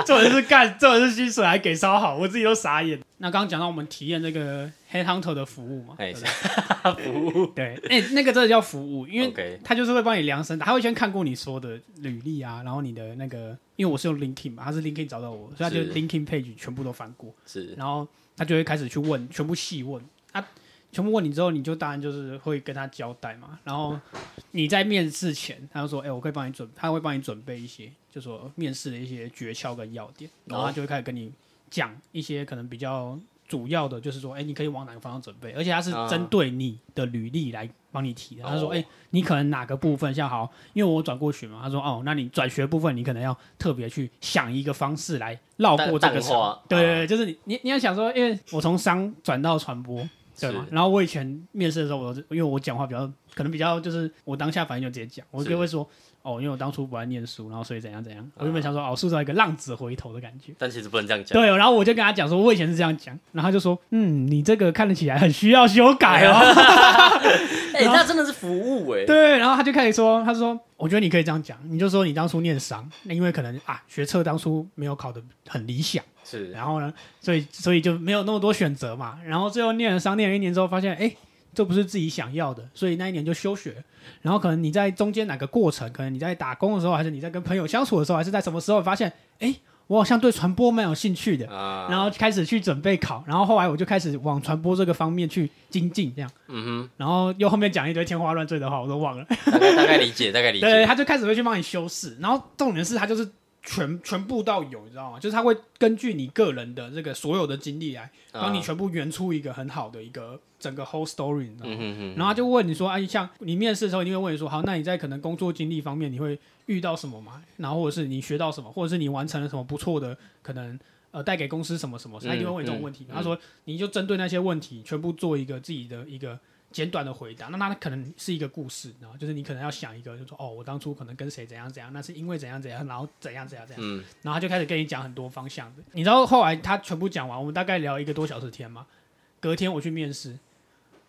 S1: 这人是干，这人是薪水还给超好，我自己都傻眼。那刚刚讲到我们体验这个 headhunter 的服务嘛，
S2: 哎
S1: 对不
S2: *laughs*
S1: 对，对哎、那个真的叫服务，因为
S2: OK
S1: 他就是会帮你量身打，他会先看过你说的履历啊，然后你的那个，因为我是用 LinkedIn 嘛，他是 LinkedIn 找到我，所以他就是 LinkedIn page 全部都翻过，
S2: 是
S1: 然后他就会开始去问，全部细问啊，全部问你之后，你就当然就是会跟他交代嘛。然后你在面试前，他就说：“哎、我可以帮你准，他会帮你准备一些，就说面试的一些诀窍跟要点。”
S2: 哦
S1: 然后他就会开始跟你讲一些可能比较主要的，就是说：“哎、你可以往哪个方向准备？”而且他是
S2: 啊
S1: 针对你的履历来帮你提的。他说：“
S2: 哦
S1: 哎、你可能哪个部分像好，因为我转过去嘛。”他说：“哦，那你转学部分，你可能要特别去想一个方式来绕过这
S2: 淡
S1: 个
S2: 淡
S1: 场
S2: 化。啊
S1: 对对对，就是你你你要想说，因为我从商转到传播，对
S2: 是
S1: 吗？然后我以前面试的时候，我都是因为我讲话比较可能比较就是我当下反应就直接讲，我
S2: 是
S1: 就会说哦，因为我当初不爱念书，然后所以怎样怎样。我原本想说哦，塑造一个浪子回头的感觉。
S2: 但其实不能这啊样讲。
S1: 对，然后我就跟他讲说，我以前是这样讲，然后他就说，嗯，你这个看得起来很需要修改哦。
S2: 哎，那真的是服务哎。
S1: 对，然后他就开始说，他说，我觉得你可以这样讲，你就说你当初念商，那因为可能啊，学测当初没有考得很理想，
S2: 是
S1: 然后呢，所以所以就没有那么多选择嘛，然后最后念了商，念了一年之后，发现哎。诶这不是自己想要的，所以那一年就休学。然后可能你在中间哪个过程，可能你在打工的时候，还是你在跟朋友相处的时候，还是在什么时候发现，哎，我好像对传播蛮有兴趣的，
S2: 啊，
S1: 然后开始去准备考，然后后来我就开始往传播这个方面去精进，这样，
S2: 嗯
S1: 然后又后面讲一堆天花乱坠的话，我都忘了。
S2: 哼，大概大概理解，大概理
S1: 对，
S2: 解。
S1: 他就开始会去帮你修饰，然后重点是他就是全全部到有，你知道吗？就是他会根据你个人的这个所有的经历来帮你
S2: 啊
S1: 全部圆出一个很好的一个整个 whole story，你知道吗？
S2: 嗯哼哼，
S1: 然后他就问你说，哎、像你面试的时候，一定会问你说，好，那你在可能工作经历方面，你会遇到什么吗？然后或者是你学到什么，或者是你完成了什么不错的，可能呃带给公司什么什么，他一定会问你这种问题。
S2: 嗯嗯
S1: 他说，你就针对那些问题，全部做一个自己的一个简短的回答。那那可能是一个故事，然后就是你可能要想一个，就说哦，我当初可能跟谁怎样怎样，那是因为怎样怎样，然后怎样怎样怎样，
S2: 嗯
S1: 然后他就开始跟你讲很多方向的。你知道后来他全部讲完，我们大概聊一个多小时天嘛。隔天我去面试，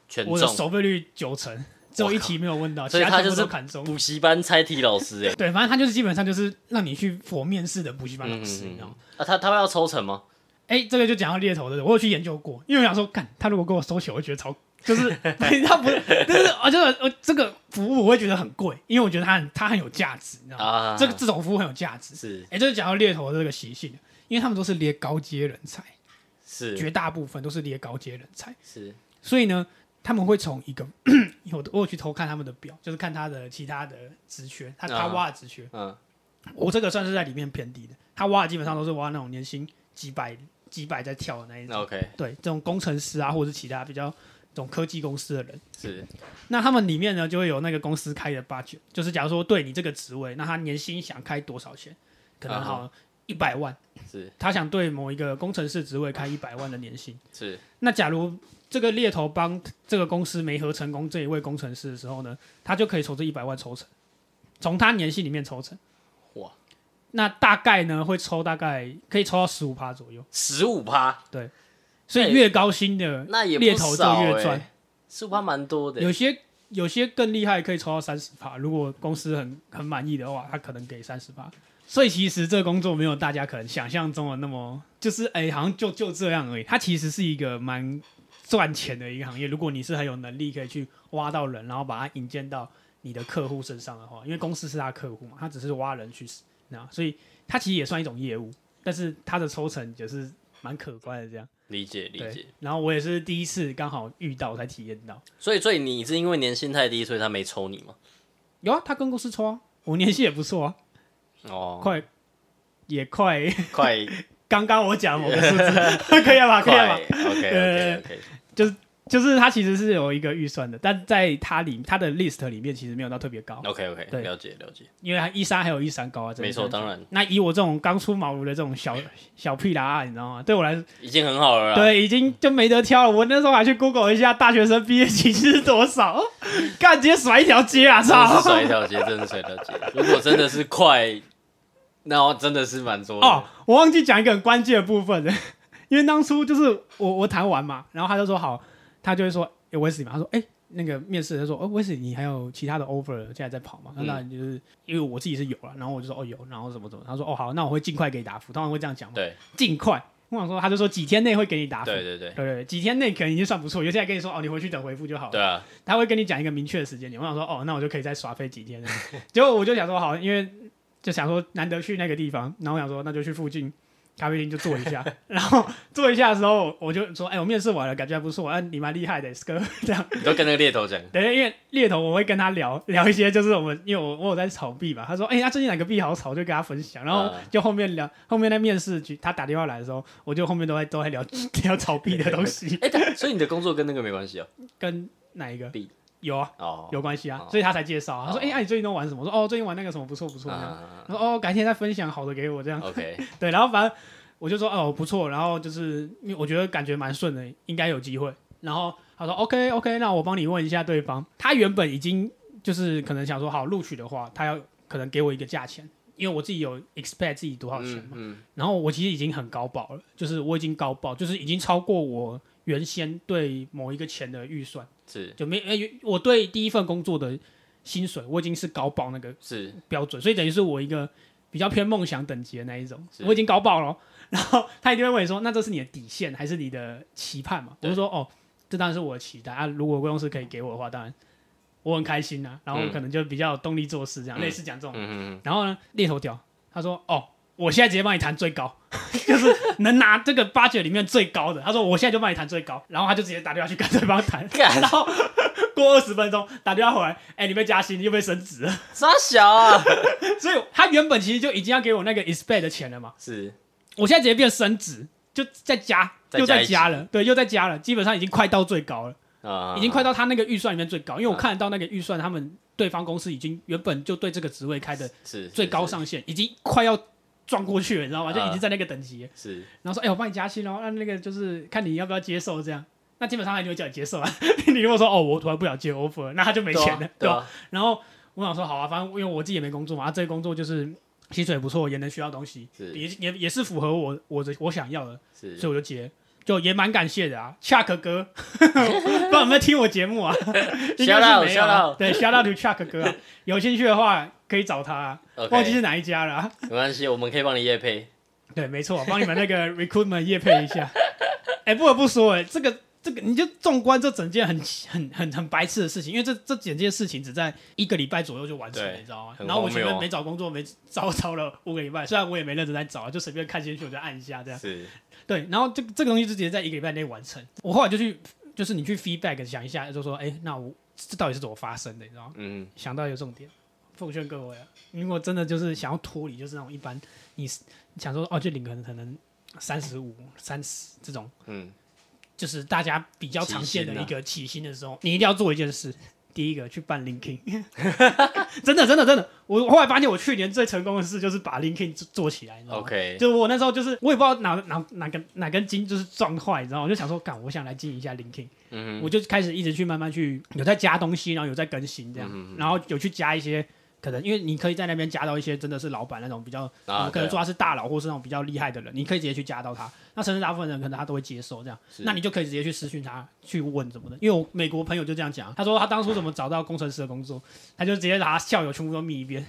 S2: 全
S1: 我的
S2: 中。
S1: 熟背率九成，只有一题没有问到，
S2: 所
S1: 其
S2: 以他
S1: 全部
S2: 就是
S1: 都砍中。
S2: 补习班猜题老师哎、
S1: 对，反正他就是基本上就是让你去佛面试的补习班
S2: 嗯
S1: 老师，哦你知道吗？
S2: 啊，他他们要抽成吗？
S1: 哎、这个就讲到猎头的，我有去研究过，因为我想说，干他如果跟我收钱，我会觉得超，就是
S2: *laughs*
S1: 他不是，就是我这个我这个服务我会觉得很贵，因为我觉得他很他很有价值，你知道吗？
S2: 啊，
S1: 哦这个这种服务很有价值。
S2: 是
S1: 哎、这就讲到猎头的这个习性，因为他们都是猎高阶人才，
S2: 是
S1: 绝大部分都是猎高阶人才，
S2: 是，
S1: 所以呢，他们会从一个 *clears throat* 有的我有去偷看他们的表，就是看他的其他的职缺，他他
S2: 啊
S1: 挖的职缺，
S2: 嗯，
S1: 我这个算是在里面偏低的，他挖的基本上都是挖那种年薪几百几百在跳的那一种。
S2: 那 OK
S1: 对这种工程师啊，或者是其他比较这种科技公司的人，
S2: 是
S1: 那他们里面呢就会有那个公司开的 budget，就是假如说对你这个职位，那他年薪想开多少钱？可能
S2: 啊哈
S1: 好一百万，
S2: 是
S1: 他想对某一个工程师职位开一百万的年薪。
S2: 是
S1: 那假如这个猎头帮这个公司没合成功这一位工程师的时候呢，他就可以从这一百万抽成，从他年薪里面抽成。
S2: 哇，
S1: 那大概呢会抽大概可以抽到十五趴左右，
S2: 十五趴，
S1: 所以
S2: 那也
S1: 越高薪的
S2: 那也
S1: 猎
S2: 不
S1: 头就
S2: 少
S1: 越
S2: 欸
S1: 赚。
S2: 十五趴蛮多的欸、
S1: 有些有些更厉害，可以抽到三十趴。如果公司很很满意的话，他可能给三十趴。所以其实这个工作没有大家可能想象中的那么，就是哎、好像就就这样而已。它其实是一个蛮赚钱的一个行业。如果你是很有能力，可以去挖到人，然后把它引荐到你的客户身上的话，因为公司是他客户嘛，他只是挖人去那，所以它其实也算一种业务，但是它的抽成也是蛮可观的这样。
S2: 理解理
S1: 对
S2: 解。，
S1: 然后我也是第一次刚好遇到才体验到。
S2: 所以所以你是因为年薪太低，所以他没抽你吗？
S1: 有啊，他跟公司抽啊，我年薪也不错啊，
S2: 哦，
S1: 快也 *laughs* 快。 *laughs*
S2: 快
S1: 刚刚我讲某个数字， *laughs* 可以了吧？可以了吧？
S2: 快
S1: *laughs*
S2: ，OK OK OK，
S1: 就是他其实是有一个预算的，但在他里他的 list 里面其实没有到特别高，
S2: OK OK，
S1: 对
S2: 了解了解，
S1: 因为他一三还有一三高啊。这个
S2: 哦没错，当然
S1: 那以我这种刚出茅庐的这种小小屁啦，啊你知道吗？对我来说，
S2: 已经很好了啦。
S1: 对已经就没得挑了。我那时候还去 Google 一下大学生毕业起薪是多少，干直接甩一条街啊！
S2: 真的是
S1: 操！
S2: 甩一条街，真的是甩一条街。如果真的是快，那真的是蛮多的。
S1: 哦，我忘记讲一个很关键的部分了， *laughs* 因为当初就是我我谈完嘛，然后他就说好，他就会说，哎、威斯理嘛，他说，哎、那个面试人说，哦，威斯理，你还有其他的 offer 现在在跑嘛？那
S2: 嗯
S1: 当然就是因为我自己是有了，然后我就说，哦有，然后什么什么，他说，哦好，那我会尽快给你答复，通常会这样讲嘛，
S2: 对
S1: 尽快。我想说，他就说几天内会给你答复，
S2: 对对对
S1: 对对，几天内可能已经算不错，有些还跟你说，哦你回去等回复就好了
S2: 对。啊，
S1: 他会跟你讲一个明确的时间点。我想说，哦，那我就可以再耍飞几天 *laughs* 了。结果我就想说，好，因为就想说难得去那个地方，然后我想说那就去附近咖啡厅就坐一下。然后坐一下的时候，我就说，哎、我面试完了，感觉还不错，哎、你蛮厉害的，哥。 *laughs* 这样，
S2: 你都跟那个猎头讲，
S1: 等一下因为猎头我会跟他聊 *laughs* 聊一些，就是我们因为我我有在炒币嘛，他说，哎、他最近哪个币好炒，就跟他分享。然后
S2: 嗯
S1: 就后面聊，后面在面试局他打电话来的时候，我就后面都在都在聊 *laughs* 聊炒币的东西，
S2: 哎，但所以你的工作跟那个没关系哦。
S1: 跟哪一个
S2: 币
S1: 有啊。
S2: 哦，
S1: 有关系啊
S2: 哦，
S1: 所以他才介绍啊。他说：“
S2: 哦
S1: 哎，啊你最近都玩什么？”我说：“哦，最近玩那个什么不错不错。”这样，
S2: 啊哦
S1: 然后哦，改天再分享好的给我这样。
S2: ，OK，
S1: 对，然后反正我就说：“哦，不错。”然后就是因为我觉得感觉蛮顺的，应该有机会。然后他说：“OK OK，那我帮你问一下对方。”他原本已经就是可能想说，好录取的话，他要可能给我一个价钱，因为我自己有 expect 自己多少钱
S2: 嗯
S1: 嘛。
S2: 嗯，
S1: 然后我其实已经很高报了，就是我已经高报，就是已经超过我原先对某一个钱的预算。
S2: 是
S1: 就没呃，我对第一份工作的薪水，我已经是高报那个
S2: 是，
S1: 标准，所以等于是我一个比较偏梦想等级的那一种，
S2: 是
S1: 我已经高报了哦。然后他一定会问你说，那这是你的底线还是你的期盼嘛？我
S2: 对
S1: 就说哦，这当然是我的期待啊。如果公司可以给我的话，当然我很开心啊。然后
S2: 嗯
S1: 可能就比较有动力做事，这样、
S2: 嗯
S1: 类似讲这种。
S2: 嗯嗯
S1: 然后呢，猎头屌，他说哦。我现在直接帮你谈最高， *laughs* 就是能拿这个八九里面最高的。他说我现在就帮你谈最高，然后他就直接打电话去跟对方谈，
S2: *laughs* 干
S1: 然后过二十分钟打电话回来，哎、你被加薪，你又被升职了。 *laughs*
S2: 嗯，傻小啊，
S1: 所以他原本其实就已经要给我那个 expect 的钱了嘛，
S2: 是
S1: 我现在直接变升职，就再加，
S2: 再加
S1: 又再
S2: 一
S1: 加
S2: 级
S1: 了，对，又再加了，基本上已经快到最高了，
S2: 啊，
S1: 已经快到他那个预算里面最高，因为我看得到那个预算，他们对方公司已经原本就对这个职位开的
S2: 是
S1: 最高，上限，已经快要撞过
S2: 啊
S1: 去了，你知道吗？就已经在那个等级了。
S2: 是是
S1: 然后说，哎、我帮你加薪哦，那那个就是看你要不要接受这样。那基本上他就会叫你接受啊。 *laughs* 你如果说哦，我突然不想接 offer，那他就没
S2: 对啊
S1: 钱了，
S2: 对
S1: 吧、
S2: 啊，
S1: 然后我想说，好啊，反正因为我自己也没工作嘛，啊、这个工作就是薪水不错，也能学到东西，
S2: 是
S1: 也也也是符合我我的我想要的，
S2: 是
S1: 所以我就接，就也蛮感谢的啊。Chuck
S2: *laughs*
S1: 哥，不知道有没有听我节目啊？应该
S2: Shout out，
S1: 是没有啊
S2: shout out
S1: 对，shout out to Chuck 哥、啊，有兴趣的话可以找他、啊，忘记
S2: ，OK，
S1: 是哪一家了啊、
S2: 没关系，我们可以帮你夜配。
S1: 对，没错，帮你们那个 *laughs* recruitment 业配一下。哎、不得不说、哎，这个这个，你就纵观这整件很很很很白痴的事情，因为这这整件事情只在一个礼拜左右就完成了，
S2: 对
S1: 你知道吗？
S2: 很
S1: 然后我
S2: 荒
S1: 前
S2: 谬
S1: 面
S2: 啊
S1: 没找工作，没找找了五个礼拜，虽然我也没认真在找，就随便看进去我就按一下这样。
S2: 是
S1: 对，啊然后这个这个东西就直接在一个礼拜内完成。我后来就去，就是你去 feedback 想一下，就说，哎、那我这到底是怎么发生的，你知道吗？
S2: 嗯，
S1: 想到一个重点，奉劝各位啊，如果真的就是想要脱离，就是那种一般你是想说哦，就领可能可能三十五、三十这种，
S2: 嗯，
S1: 就是大家比较常见的
S2: 起薪啊
S1: 一个起薪的时候，你一定要做一件事。第一个去办 linking，真的真的真的，我后来发现我去年最成功的事就是把 linking 做做起来，你知道吗
S2: OK
S1: 啊就我那时候就是我也不知道哪哪哪根哪根筋就是撞坏，你知道吗？我就想说，干，我想来经营一下 linking，、
S2: 嗯
S1: 我就开始一直去慢慢去有在加东西，然后有在更新
S2: 嗯
S1: 这样，然后有去加一些可能，因为你可以在那边加到一些真的是老板那种比较，
S2: 啊
S1: 呃可能
S2: 对啊
S1: 说他是大佬或是那种比较厉害的人，你可以直接去加到他。那甚至大部分人可能他都会接受这样，
S2: 是
S1: 那你就可以直接去私讯他去问什么的。因为我美国朋友就这样讲，啊他说他当初怎么找到工程师的工作，他就直接把他校友全部都密一遍，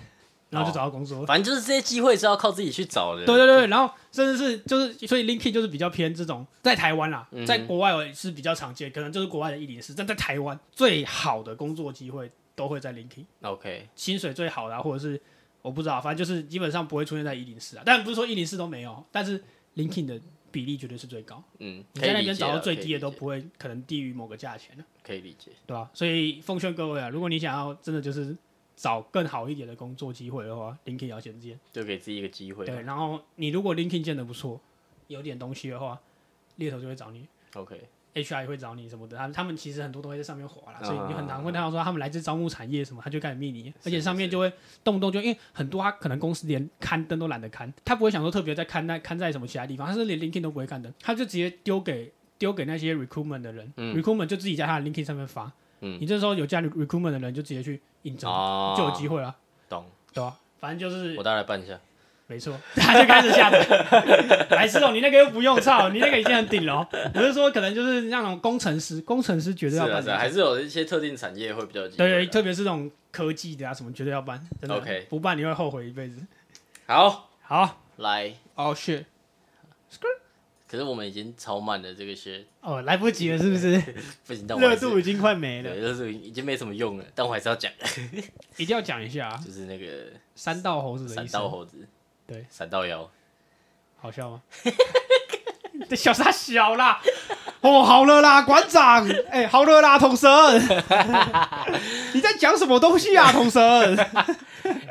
S1: 然
S2: 哦
S1: 后就找到工作了。
S2: 反正就是这些机会是要靠自己去找的。
S1: 对对对，然后甚至是就是，所以 LinkedIn 就是比较偏这种，在台湾啦，
S2: 嗯
S1: 在国外是比较常见，可能就是国外的一零四，但在台湾最好的工作机会都会在 LinkedIn，
S2: ，OK，
S1: 薪水最好的、啊，或者是我不知道，反正就是基本上不会出现在一零四啊，但不是说一零四都没有，但是 LinkedIn 的比例绝对是最高，
S2: 嗯，
S1: 你
S2: 可
S1: 在
S2: 以
S1: 那
S2: 理
S1: 边
S2: 解
S1: 找到
S2: 啦
S1: 最
S2: 可以
S1: 低的
S2: 理
S1: 都
S2: 解
S1: 不会可能低于某个价钱的、啊
S2: 可以理解。
S1: 对吧、所以奉劝各位啊，如果你想要真的就是找更好一点的工作机会的话，LinkedIn 要先见。
S2: 就给自己一个机会吧。
S1: 对，然后你如果 LinkedIn 建的不错，有点东西的话，猎头就会找你
S2: OK，
S1: ，HR 也会找你什么的。他们他们其实很多都会在上面滑啦，所以你很
S2: 啊
S1: 常会看到说他们来自招募产业什么，他就开始密你，而且
S2: 是
S1: 上面
S2: 是
S1: 就会动不动就因为很多他可能公司连刊登都懒得刊，他不会想说特别在刊那刊在什么其他地方，他是连 LinkedIn 都不会刊登，他就直接丢给。丢给那些 recruitment 的人、
S2: 嗯
S1: r e c r u i t m e n t 就自己在他的 LinkedIn 上面发。
S2: 嗯
S1: 你这时候有加 recruitment 的人，就直接去应征，
S2: 哦，
S1: 就有机会了，
S2: 懂，
S1: 对吧、反正就是
S2: 我大概办一下。
S1: 没错， *laughs* 他就开始下载。 *laughs* 白痴哦，你那个又不用操，你那个已经很顶了哦。 *laughs* 我是说，可能就是那种工程师，工程师绝
S2: 是
S1: 对要
S2: 啊
S1: 办
S2: 是啊，还
S1: 的。
S2: 是有一些特定产业会比较有机
S1: 对
S2: 会
S1: 对，
S2: 啦。
S1: 特别是这种科技的啊，什么绝对要办，真的
S2: OK
S1: 不办你会后悔一辈子。
S2: 好，
S1: 好，
S2: 来，
S1: 哦是，
S2: 可是我们已经超慢了，这个些
S1: 哦来不及了，是不
S2: *laughs*
S1: 是？
S2: 不行，但我
S1: 热
S2: 还是
S1: 度已经快没了，
S2: 对，热度已经没什么用了，但我还是要讲，
S1: 一定要讲一下啊！
S2: 就是那个
S1: 三道猴子的
S2: 闪
S1: 意思，
S2: 到猴子，
S1: 对，
S2: 闪到腰，
S1: 好笑吗？ *laughs* 这小啥小啦？哦，好了啦，馆长，哎、好了啦，童
S2: *laughs*
S1: 神，你在讲什么东西啊，童神？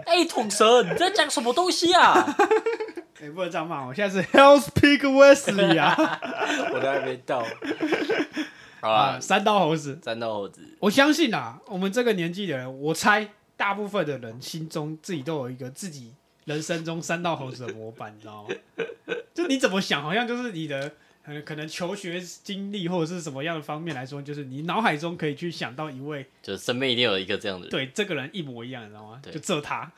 S2: 哎，桶神，你在讲什么东西啊？
S1: 哎、不能这样骂我，现在是 Hell's Peak Wesley 啊，
S2: *laughs* 我都还没
S1: *laughs*
S2: 到。好
S1: 啊，
S2: 啦，
S1: 三刀猴子，
S2: 闪到猴子，
S1: 我相信啊，我们这个年纪的人，我猜大部分的人心中自己都有一个自己人生中三道猴子的模板，你知道吗？就你怎么想，好像就是你的。呃，可能求学经历或者是什么样的方面来说，就是你脑海中可以去想到一位
S2: 就身边一定有一个这样的人，
S1: 对这个人一模一样，你知道吗？
S2: 对
S1: 就这他，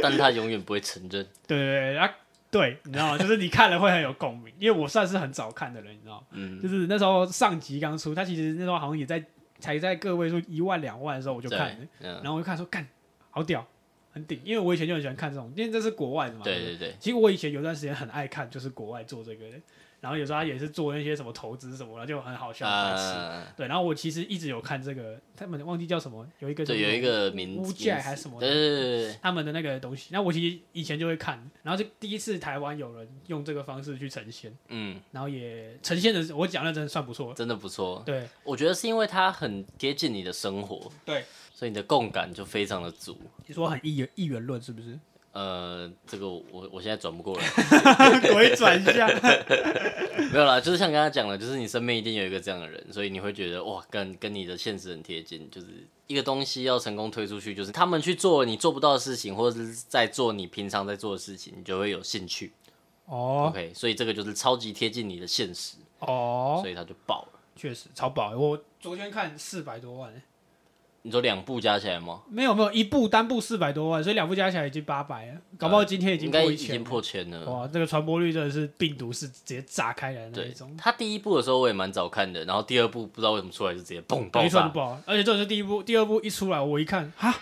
S2: 但他永远不会承认。
S1: 对对对，啊，对，你知道吗？就是你看了会很有共鸣，因为我算是很早看的人，你知道吗？
S2: 嗯，
S1: 就是那时候上集刚出，他其实那时候好像也在才在个位数一万两万的时候我就
S2: 对
S1: 看了，，
S2: 嗯，
S1: 然后我就看说干好屌，很顶，因为我以前就很喜欢看这种，因为这是国外的嘛。
S2: 对对对，
S1: 其实我以前有段时间很爱看，就是国外做这个的，然后有时候他也是做那些什么投资什么的，就很好笑，白痴
S2: 啊，
S1: 对，然后我其实一直有看这个，他们忘记叫什么，有一个叫
S2: 对，有一个名
S1: 乌
S2: 字
S1: 界还是什么的
S2: 对对对对，
S1: 他们的那个东西。那我其实以前就会看，然后就第一次台湾有人用这个方式去呈现，
S2: 嗯，
S1: 然后也呈现的我讲的真的算不错。
S2: 真的不错。
S1: 对
S2: 我觉得是因为它很贴近你的生活，
S1: 对，
S2: 所以你的共感就非常的足。
S1: 你说很一元一元论是不是？
S2: 呃，这个我我我现在转不过来，
S1: 鬼转向，
S2: *laughs* 没有啦，就是像刚才讲的，就是你身边一定有一个这样的人，所以你会觉得哇，跟跟你的现实很贴近，就是一个东西要成功推出去，就是他们去做你做不到的事情，或者是在做你平常在做的事情，你就会有兴趣。
S1: 哦，
S2: OK，所以这个就是超级贴近你的现实。
S1: 哦，
S2: 所以它就爆了。
S1: 确实超饱欸。我昨天看四百多万欸，
S2: 你说两部加起来吗？
S1: 没有没有，一部单部四百多万，所以两部加起来已经八百了，搞不好今天已经
S2: 应
S1: 破
S2: 该
S1: 一
S2: 已
S1: 千了。
S2: 经
S1: 哦
S2: 破千了。
S1: 哇，这个传播率真的是病毒是直接炸开来的那
S2: 对
S1: 一种。，
S2: 他第一部的时候我也蛮早看的，然后第二部不知道为什么出来就直接砰爆
S1: 没错，就
S2: 炸。
S1: 爆了。而且这是第一部，第二部一出来，我一看，哈，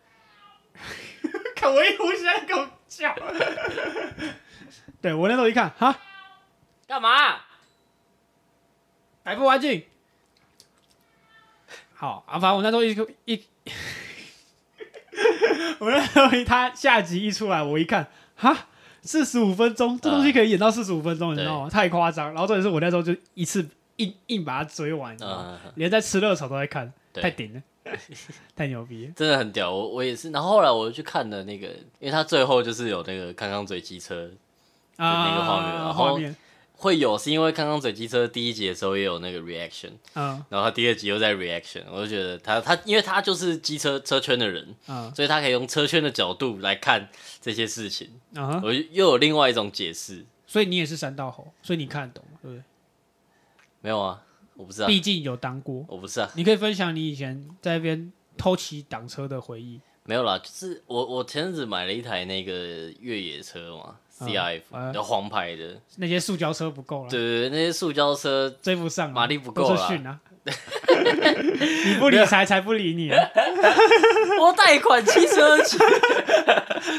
S1: *laughs* 看我一呼吸在狗叫。 *laughs* 对我那时候一看，哈，
S2: 干嘛？
S1: 还不安静。好啊，反正我那时候一 *laughs* 一，我那时候他下集一出来，我一看，哈，四十五分钟，这东西可以演到四十五分钟，你知道吗？太夸张。然后重点是我那时候就一次硬硬把它追完，你知道吗？
S2: 嗯，
S1: 连在吃热炒都在看，
S2: 对
S1: 太顶了，
S2: *laughs*
S1: 太牛逼了。
S2: 真的很屌，我我也是。然后后来我就去看了那个，因为他最后就是有那个康康嘴机车
S1: 啊，
S2: 那个画面然后
S1: 画面，
S2: 会有，是因为康康嘴机车第一集的时候也有那个 reaction，
S1: 嗯
S2: 然后他第二集又在 reaction，我就觉得他他因为他就是机车车圈的人，
S1: 嗯
S2: 所以他可以用车圈的角度来看这些事情，
S1: 嗯哼，
S2: 我就又有另外一种解释。
S1: 所以你也是三道猴，所以你看得懂，对不对？
S2: 没有啊，我不是啊，
S1: 毕竟有当过，
S2: 我不是啊。
S1: 你可以分享你以前在那边偷骑挡车的回忆。
S2: 没有啦，就是我我前阵子买了一台那个越野车嘛
S1: 嗯
S2: ，CRF，、
S1: 哎
S2: 然后黄牌的，
S1: 那些塑胶车不够了，
S2: 对对对，那些塑胶车，
S1: 追不上啊，
S2: 马力不够啦
S1: 都是训啊。 *laughs* 你不理
S2: *laughs*
S1: 财，财不理你啊！
S2: 我贷款汽车钱，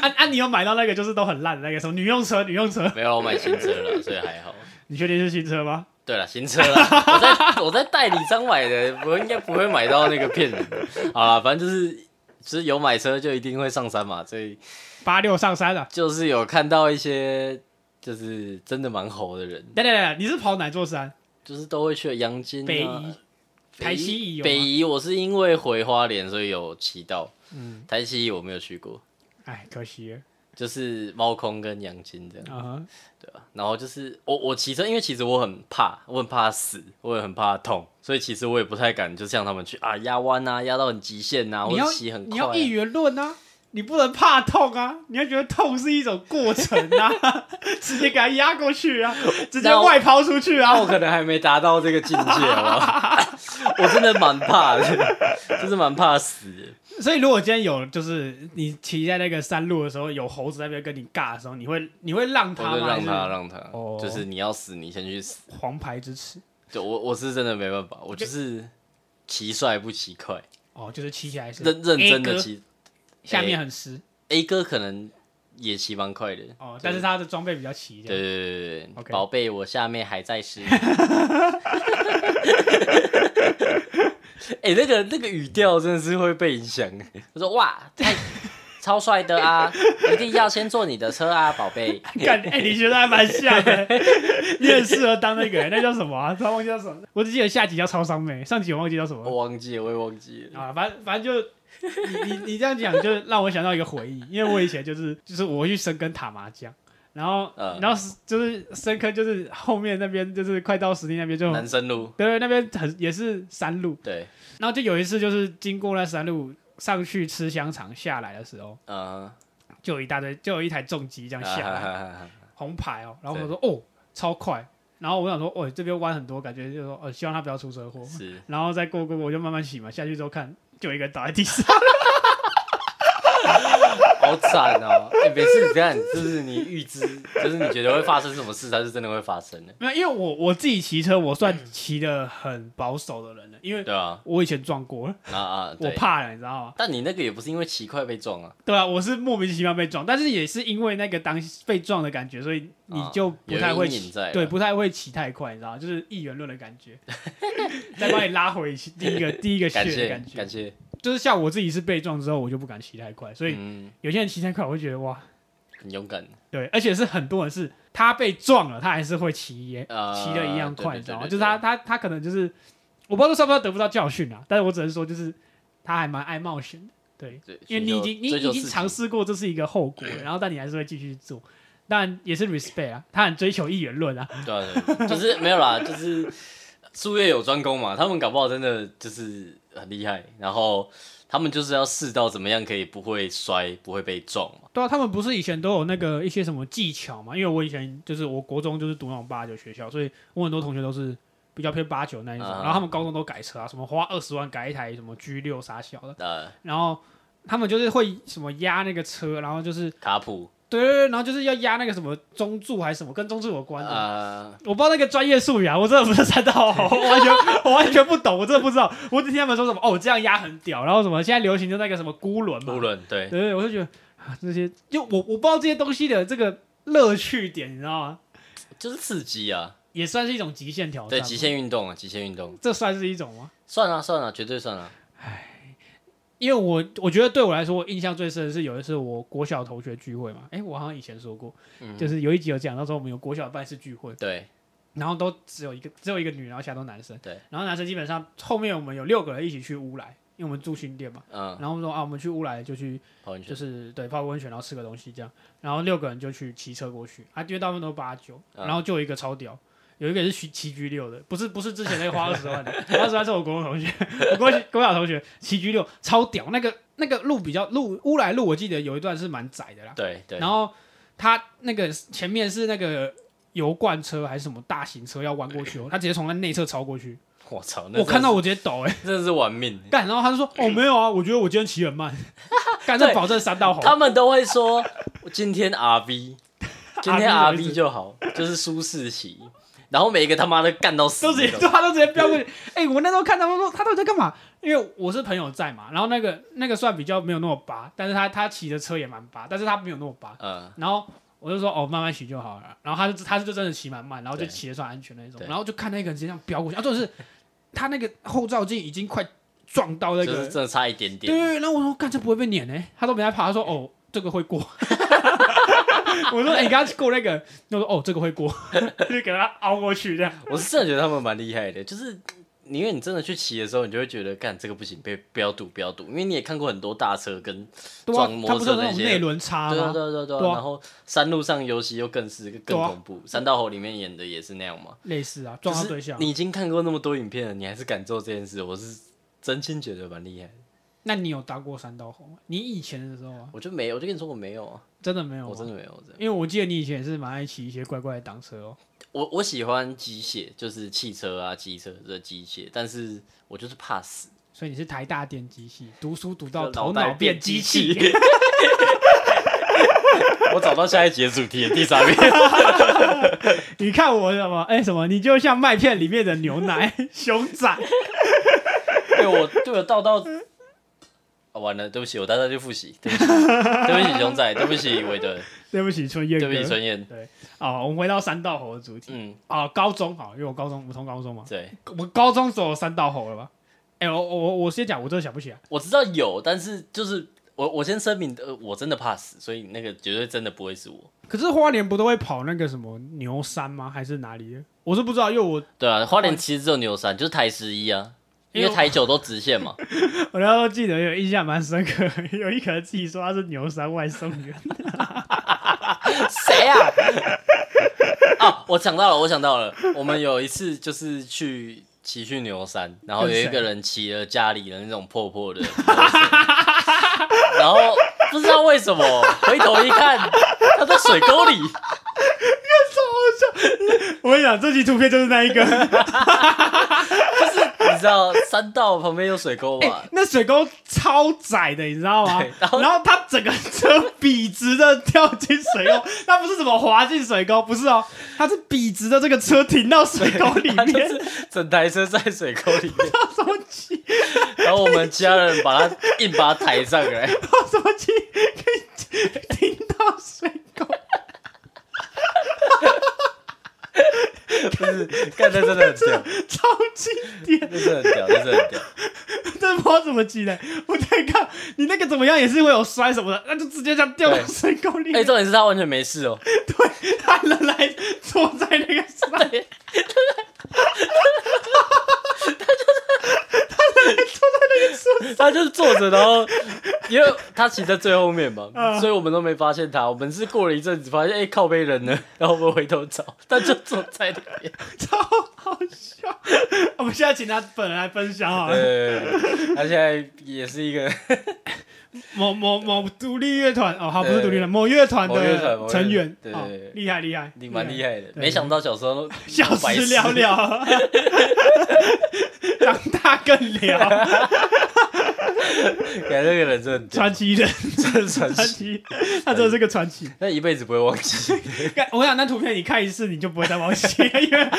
S1: 啊啊！你有买到那个就是都很烂的那个什么女用车，女用车，
S2: 没有，我买新车了，所以还好。
S1: 你确定是新车吗？
S2: 对了，新车啦， *laughs* 我在我在代理商买的，我应该不会买到那个骗人 *laughs* 的。好了，反正就是就是有买车就一定会上山嘛，所以
S1: 八六上山了、啊。
S2: 就是有看到一些就是真的蛮猴的人，
S1: 等等等等，你是跑哪座山？
S2: 就是都会去的阳金、啊、
S1: 北宜、台西宜有吗
S2: 北宜我是因为回花莲，所以有骑到。
S1: 嗯，
S2: 台西我没有去过，
S1: 哎，可惜了。
S2: 就是猫空跟阳金这样，
S1: 啊哈，
S2: 对吧、然后就是我我骑车，因为其实我很怕，我很怕死，我也很怕痛，所以其实我也不太敢，就像他们去啊压弯啊，压到很极限啊，或
S1: 你
S2: 者
S1: 要
S2: 骑很
S1: 你
S2: 快啊、
S1: 要一元论啊，你不能怕痛啊，你要觉得痛是一种过程啊， *laughs* 直接给它压过去啊，直接
S2: *laughs* 那我
S1: 外抛出去
S2: 那
S1: 啊
S2: 我。可能还没达到这个境界哦， *laughs* 我真的蛮怕的，就是蛮怕死的。
S1: 所以如果今天有就是你骑在那个山路的时候，有猴子在那边跟你尬的时候，你会你会让
S2: 我
S1: 它
S2: 就
S1: 吗？
S2: 让他
S1: 还
S2: 让他，
S1: 哦
S2: 就是你要死，你先去死。
S1: 是黄牌之耻
S2: 就我我是真的没办法，我就是骑帅不骑快，
S1: 哦，就是骑起来是
S2: 认认真
S1: A
S2: 的
S1: 哥
S2: 骑。
S1: 下面很湿
S2: A 哥可能也骑蛮快的，
S1: 哦，但是它的装备比较齐。
S2: 对
S1: 这样
S2: 对对对对，
S1: OK
S2: 宝贝，我下面还
S1: *laughs*
S2: 在湿。哎、那个那个语调真的是会被影响。我说哇，太超帅的
S1: *laughs*
S2: 啊！一定要先坐你的车啊，宝贝。
S1: 干，哎、你学的还蛮像
S2: *laughs*
S1: 的，你很适合当那个、那叫什么啊？突然忘记叫什么，我只记得下集叫超商妹，上集我忘记叫什么了
S2: 我忘记了，我也忘记了。
S1: 啊，反正反正就你你你这样讲，就让我想到一个回忆，因为我以前就是就是我会去深坑打麻将，然后、
S2: 嗯
S1: 然后是就是深坑就是后面那边就是快到石碇那边就
S2: 南生路，
S1: 对那边很也是山路，
S2: 对，
S1: 然后就有一次就是经过那山路上去吃香肠，下来的时候
S2: 嗯、
S1: 就有一大堆就有一台重机这样
S2: 啊
S1: 下来，
S2: 来。
S1: 红牌哦，然后我说哦超快，然后我想说哦这边弯很多，感觉就是说哦希望他不要出车祸，
S2: 是，
S1: 然后再过过过我就慢慢骑嘛，下去之后看就有一个人倒在地上。
S2: 好惨哦！哎、每次你看，就是你预知，就是你觉得会发生什么事，它是真的会发生的，
S1: 没有，因为我我自己骑车，我
S2: 嗯
S1: 算骑的很保守的人了，因为
S2: 对啊，
S1: 我以前撞过了，
S2: 啊啊，
S1: 我
S2: 对。
S1: 怕了，你知道吗？
S2: 但你那个也不是因为骑快被撞啊，
S1: 对啊，我是莫名其妙被撞，但是也是因为那个当被撞的感觉，所以你
S2: 啊
S1: 就不太
S2: 有
S1: 会
S2: 阴影
S1: 骑
S2: 在啊
S1: 对，不太会骑太快，你知道吗？就是一元论的感
S2: *laughs*
S1: 觉，再把你拉回第一个第一个
S2: 感
S1: 血的
S2: 谢
S1: 感
S2: 感
S1: 觉，
S2: 谢，
S1: 就是像我自己是被撞之后，我就不敢骑太快，所以
S2: 嗯，
S1: 有些人骑太快，我会觉得哇，
S2: 很勇敢，
S1: 对，而且是很多人是他被撞了，他还是会骑耶，
S2: 呃
S1: 骑的一样快，你
S2: 对对对
S1: 知道吗？
S2: 对对
S1: 就是他他他可能就是我不知道算不算得不到教训啊，但是我只能说就是他还蛮爱冒险的，对，
S2: 对，
S1: 因为你已经你
S2: 追
S1: 已
S2: 求
S1: 经
S2: 刺激
S1: 尝试过这是一个后果了，
S2: *clears throat*
S1: 然后但你还是会继续做，但也是 respect 啊，他很追求一元论啊，
S2: 对啊，对啊就是没有啦，就是术业有专攻嘛，他们搞不好真的就是很厉害，然后他们就是要试到怎么样可以不会摔、不会被撞嘛。
S1: 对啊，他们不是以前都有那个一些什么技巧嘛？因为我以前就是我国中就是读那种八九学校，所以我很多同学都是比较偏八九那一种。
S2: 啊
S1: 然后他们高中都改车啊，什么花二十万改一台什么 G 六啥小的，
S2: 呃，
S1: 然后他们就是会什么压那个车，然后就是
S2: 卡普，
S1: 对对对，然后就是要压那个什么中柱还是什么，跟中柱有关的。
S2: 呃，
S1: 我不知道那个专业术语啊， *laughs* 我真的不是三道，我完全我完全不懂，我真的不知
S2: *laughs*
S1: 道。我只听他们说什么哦，这样压很屌，然后什么现在流行的那个什么孤轮嘛
S2: 无，论对
S1: 对，对，我就觉得啊，这些就我我不知道这些东西的这个乐趣点，你知道吗？
S2: 就是刺激啊，
S1: 也算是一种极限挑战，
S2: 对，极，限运动啊，极限运动，
S1: 这算是一种吗？
S2: 算啊算啊，绝对算啊，
S1: 因为我我觉得对我来说，我印象最深的是有一次我国小同学聚会嘛，哎，我好像以前说过，
S2: 嗯
S1: 就是有一集有讲到说我们有国小办事聚会，
S2: 对，
S1: 然后都只有一个只有一个女，然后其他都男生，
S2: 对，
S1: 然后男生基本上后面我们有六个人一起去乌来，因为我们住新店嘛，
S2: 嗯，
S1: 然后我们说啊，我们去乌来就去
S2: 跑完
S1: 就
S2: 圈，
S1: 是对泡个温泉，然后吃个东西这样。然后六个人就去骑车过去，啊，因为大部分都八九，
S2: 嗯
S1: 然后就有一个超屌，有一个也是骑骑 G 六的，不是不是之前那个花二十万的， *laughs* 花二十万是我国中同学， *laughs* 我国国小同学骑 G 六超屌，那个那个路比较路乌来路，我记得有一段是蛮窄的啦，
S2: 对对
S1: 然，后他那个前面是那个。油罐车还是什么大型车要弯过
S2: *laughs*
S1: 去哦，他直接从他内侧超过去，
S2: 我操，那
S1: 我看到
S2: 我
S1: 我直接抖哎、
S2: 真的是玩命。
S1: 干，然后他就说哦没有啊，我觉得我今天骑很
S2: *laughs*
S1: 慢，干这
S2: 对
S1: 保证三道红，
S2: 他们都会说 *laughs* 今天
S1: *laughs*
S2: RV，今天
S1: RV 为
S2: RV
S1: 主
S2: 就好，就是舒适期。然后每一个他妈都干到死
S1: 都
S2: 那
S1: 直接
S2: 种，
S1: 对，他都直接飙过去。哎、我那时候看他们说他到底在干嘛？因为我是朋友在嘛，然后那个那个算比较没有那么拔，但是他他骑的车也蛮拔，但是他没有那么拔。
S2: 嗯，
S1: 然后我就说哦，慢慢骑就好了。然后他就他就真的骑蛮慢，然后就
S2: 对
S1: 骑的算安全那种。
S2: 对
S1: 然后就看那个人直接这样飙过去，啊，重点是他那个后照镜已经快撞到那
S2: 就
S1: 个
S2: 是，真的差一点
S1: 对对
S2: 点。
S1: 对。然后我说干这不会被碾呢、他都没在怕，他说哦这个会过。 *laughs* 我说哎、你刚刚过那个，他说哦这个会过， *laughs* 就给他凹过去这样。
S2: 我是真的觉得他们蛮厉害的，就是因为你真的去骑的时候，你就会觉得干这个不行，被不要赌不要赌，因为你也看过很多大车跟
S1: 对啊
S2: 撞，摩
S1: 它
S2: 托
S1: 不是有
S2: 车
S1: 那
S2: 那
S1: 种
S2: 些
S1: 内轮差
S2: 对啊
S1: 吗？
S2: 对啊对啊对
S1: 对啊
S2: 啊，然后山路上尤其又更是更
S1: 对啊
S2: 恐怖，山道猴里面演的也是那样嘛。
S1: 类似啊，
S2: 就
S1: 撞到
S2: 是
S1: 对象。
S2: 你已经看过那么多影片了，你还是敢做这件事，我是真心觉得蛮厉害的。
S1: 那你有搭过三道红吗？你以前的时候啊，
S2: 我就没有，我就跟你说我没有啊。
S1: 真的没有
S2: 我真
S1: 吗？
S2: 的没有，我真的
S1: 因为我记得你以前也是蛮爱骑一些怪怪的挡车哦。
S2: 我我喜欢机械，就是汽车啊、机车的机械，但是我就是怕死，
S1: 所以你是台大电机系，读书读到
S2: 就
S1: 头
S2: 袋
S1: 脑变机器
S2: 器。。 *laughs* 我找到下一节主题的第
S1: *laughs*
S2: 三遍，
S1: *laughs* 你看我什么？哎、什么？你就像麦片里面的牛奶 *laughs* 熊仔。
S2: 对我对我倒到、啊完了，对不起，我待会去复习，对不起，对不起熊仔，对不起韦
S1: *laughs*
S2: 德，
S1: 对不起，春燕
S2: 对
S1: 哥。
S2: 不起孙燕，
S1: 哦，我们回到三道猴的主题。
S2: 嗯，
S1: 啊、高中好，因为我高中我从高中嘛，
S2: 对，
S1: 我高中走三道猴了吧？哎、我我我先讲，我真的想不起来。
S2: 我知道有，但是就是我我先声明，呃，我真的怕死，所以那个绝对真的不会是我。
S1: 可是花莲不都会跑那个什么牛山吗？还是哪里的？我是不知道，因为我 *laughs*
S2: 对啊，花莲其实只有牛山，就是台十一啊，因为台九都直线嘛。
S1: 我那时候记得有印象蛮深刻， *laughs* 有一个人自己说他是牛山外送员，
S2: *laughs*
S1: *laughs*
S2: 谁 *laughs* 啊？啊，我想到了，我想到了，我们有一次就是去骑去牛山，然后有一个人骑了家里的那种破破的牛车，然后不知道为什么 *laughs* 回头一看，他在水沟里，
S1: 我跟你讲，这集图片就是那一个。
S2: 你知道山道旁边有水沟
S1: 哎、
S2: 吧？
S1: 那水沟超窄的，你知道吗
S2: 对？
S1: 然
S2: 然
S1: 后
S2: 后
S1: 他整个车笔直的掉进水沟，他不是怎么滑进水沟，不是哦，他是笔直的这个车停到水沟里
S2: 他就
S1: 面，
S2: 是整台车在水沟里面，
S1: 什么气，
S2: 然后我们家人把他硬把他抬上来，
S1: 什么气，可以停到水沟。
S2: 不是，干那真的很屌，
S1: 超经典，
S2: 那真的很屌，那真的很屌。
S1: 真不知道怎么骑的。我在看你那个怎么样，也是会有摔什么的，那就直接这样掉到
S2: 对
S1: 水沟里
S2: 哎、
S1: 面。
S2: 重点是他完全没事哦、
S1: 对，他人来坐在那个上面，他就是他人来坐在那个树
S2: 他就是坐着，然后因为他骑在最后面嘛
S1: 嗯，
S2: 所以我们都没发现他。我们是过了一阵子发现，哎、靠背人呢？然后我们回头找，他就坐在那边。
S1: *laughs* 超好笑。我们现在再请他本人来分享 *laughs* 好了。
S2: 对，他现在也是一个
S1: 某某某独立乐团哦，好，不
S2: 对
S1: 是独立乐团，某乐团
S2: 某乐团某
S1: 的
S2: 乐
S1: 成员，
S2: 对
S1: 哦
S2: 对对
S1: 厉害厉害，
S2: 你蛮厉
S1: 害，
S2: 害的，
S1: 嗯对
S2: 没想到小时候都
S1: 小
S2: 白
S1: 时
S2: 痴
S1: 聊聊， *laughs* 长大更聊，
S2: *laughs* 感觉这个人真的很屌
S1: 传奇人，
S2: 真的传
S1: 传
S2: 奇，
S1: 奇，他真的是个传奇。
S2: 那一辈子不会忘
S1: *laughs*
S2: 记。
S1: 干我想那图片你看一次你就不会再忘记，因为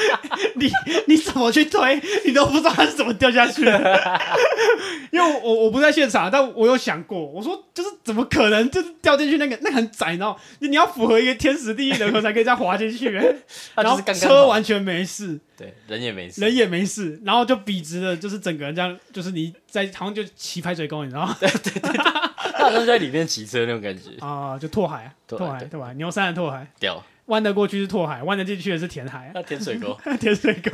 S1: 你 *laughs* 你怎么去推，你都不知道它是怎么掉下去的。
S2: *laughs*
S1: 因为我我我不在现场，但我有想过，我说就是怎么可能就是掉进去那个那个很窄，然后你你要符合一个天时地利人和才可以这样滑进去，
S2: *laughs* 他
S1: 然
S2: 就
S1: 后
S2: 是刚刚
S1: 车
S2: 好
S1: 完全没事，
S2: 对人也没事，
S1: 人也没事，然后就笔直的，就是整个人这样，就是你在好像就骑排水沟，你知
S2: *laughs*
S1: 道吗？
S2: 他好像在里面骑车那种感觉，
S1: 啊，就拓海，
S2: 拓
S1: 拓
S2: 海
S1: 海，
S2: 对
S1: 对吧？牛山的拓海，
S2: 屌，
S1: 弯得过去是拓海，弯得进去的是填海。
S2: 那甜
S1: *laughs*
S2: 水沟
S1: 甜水沟。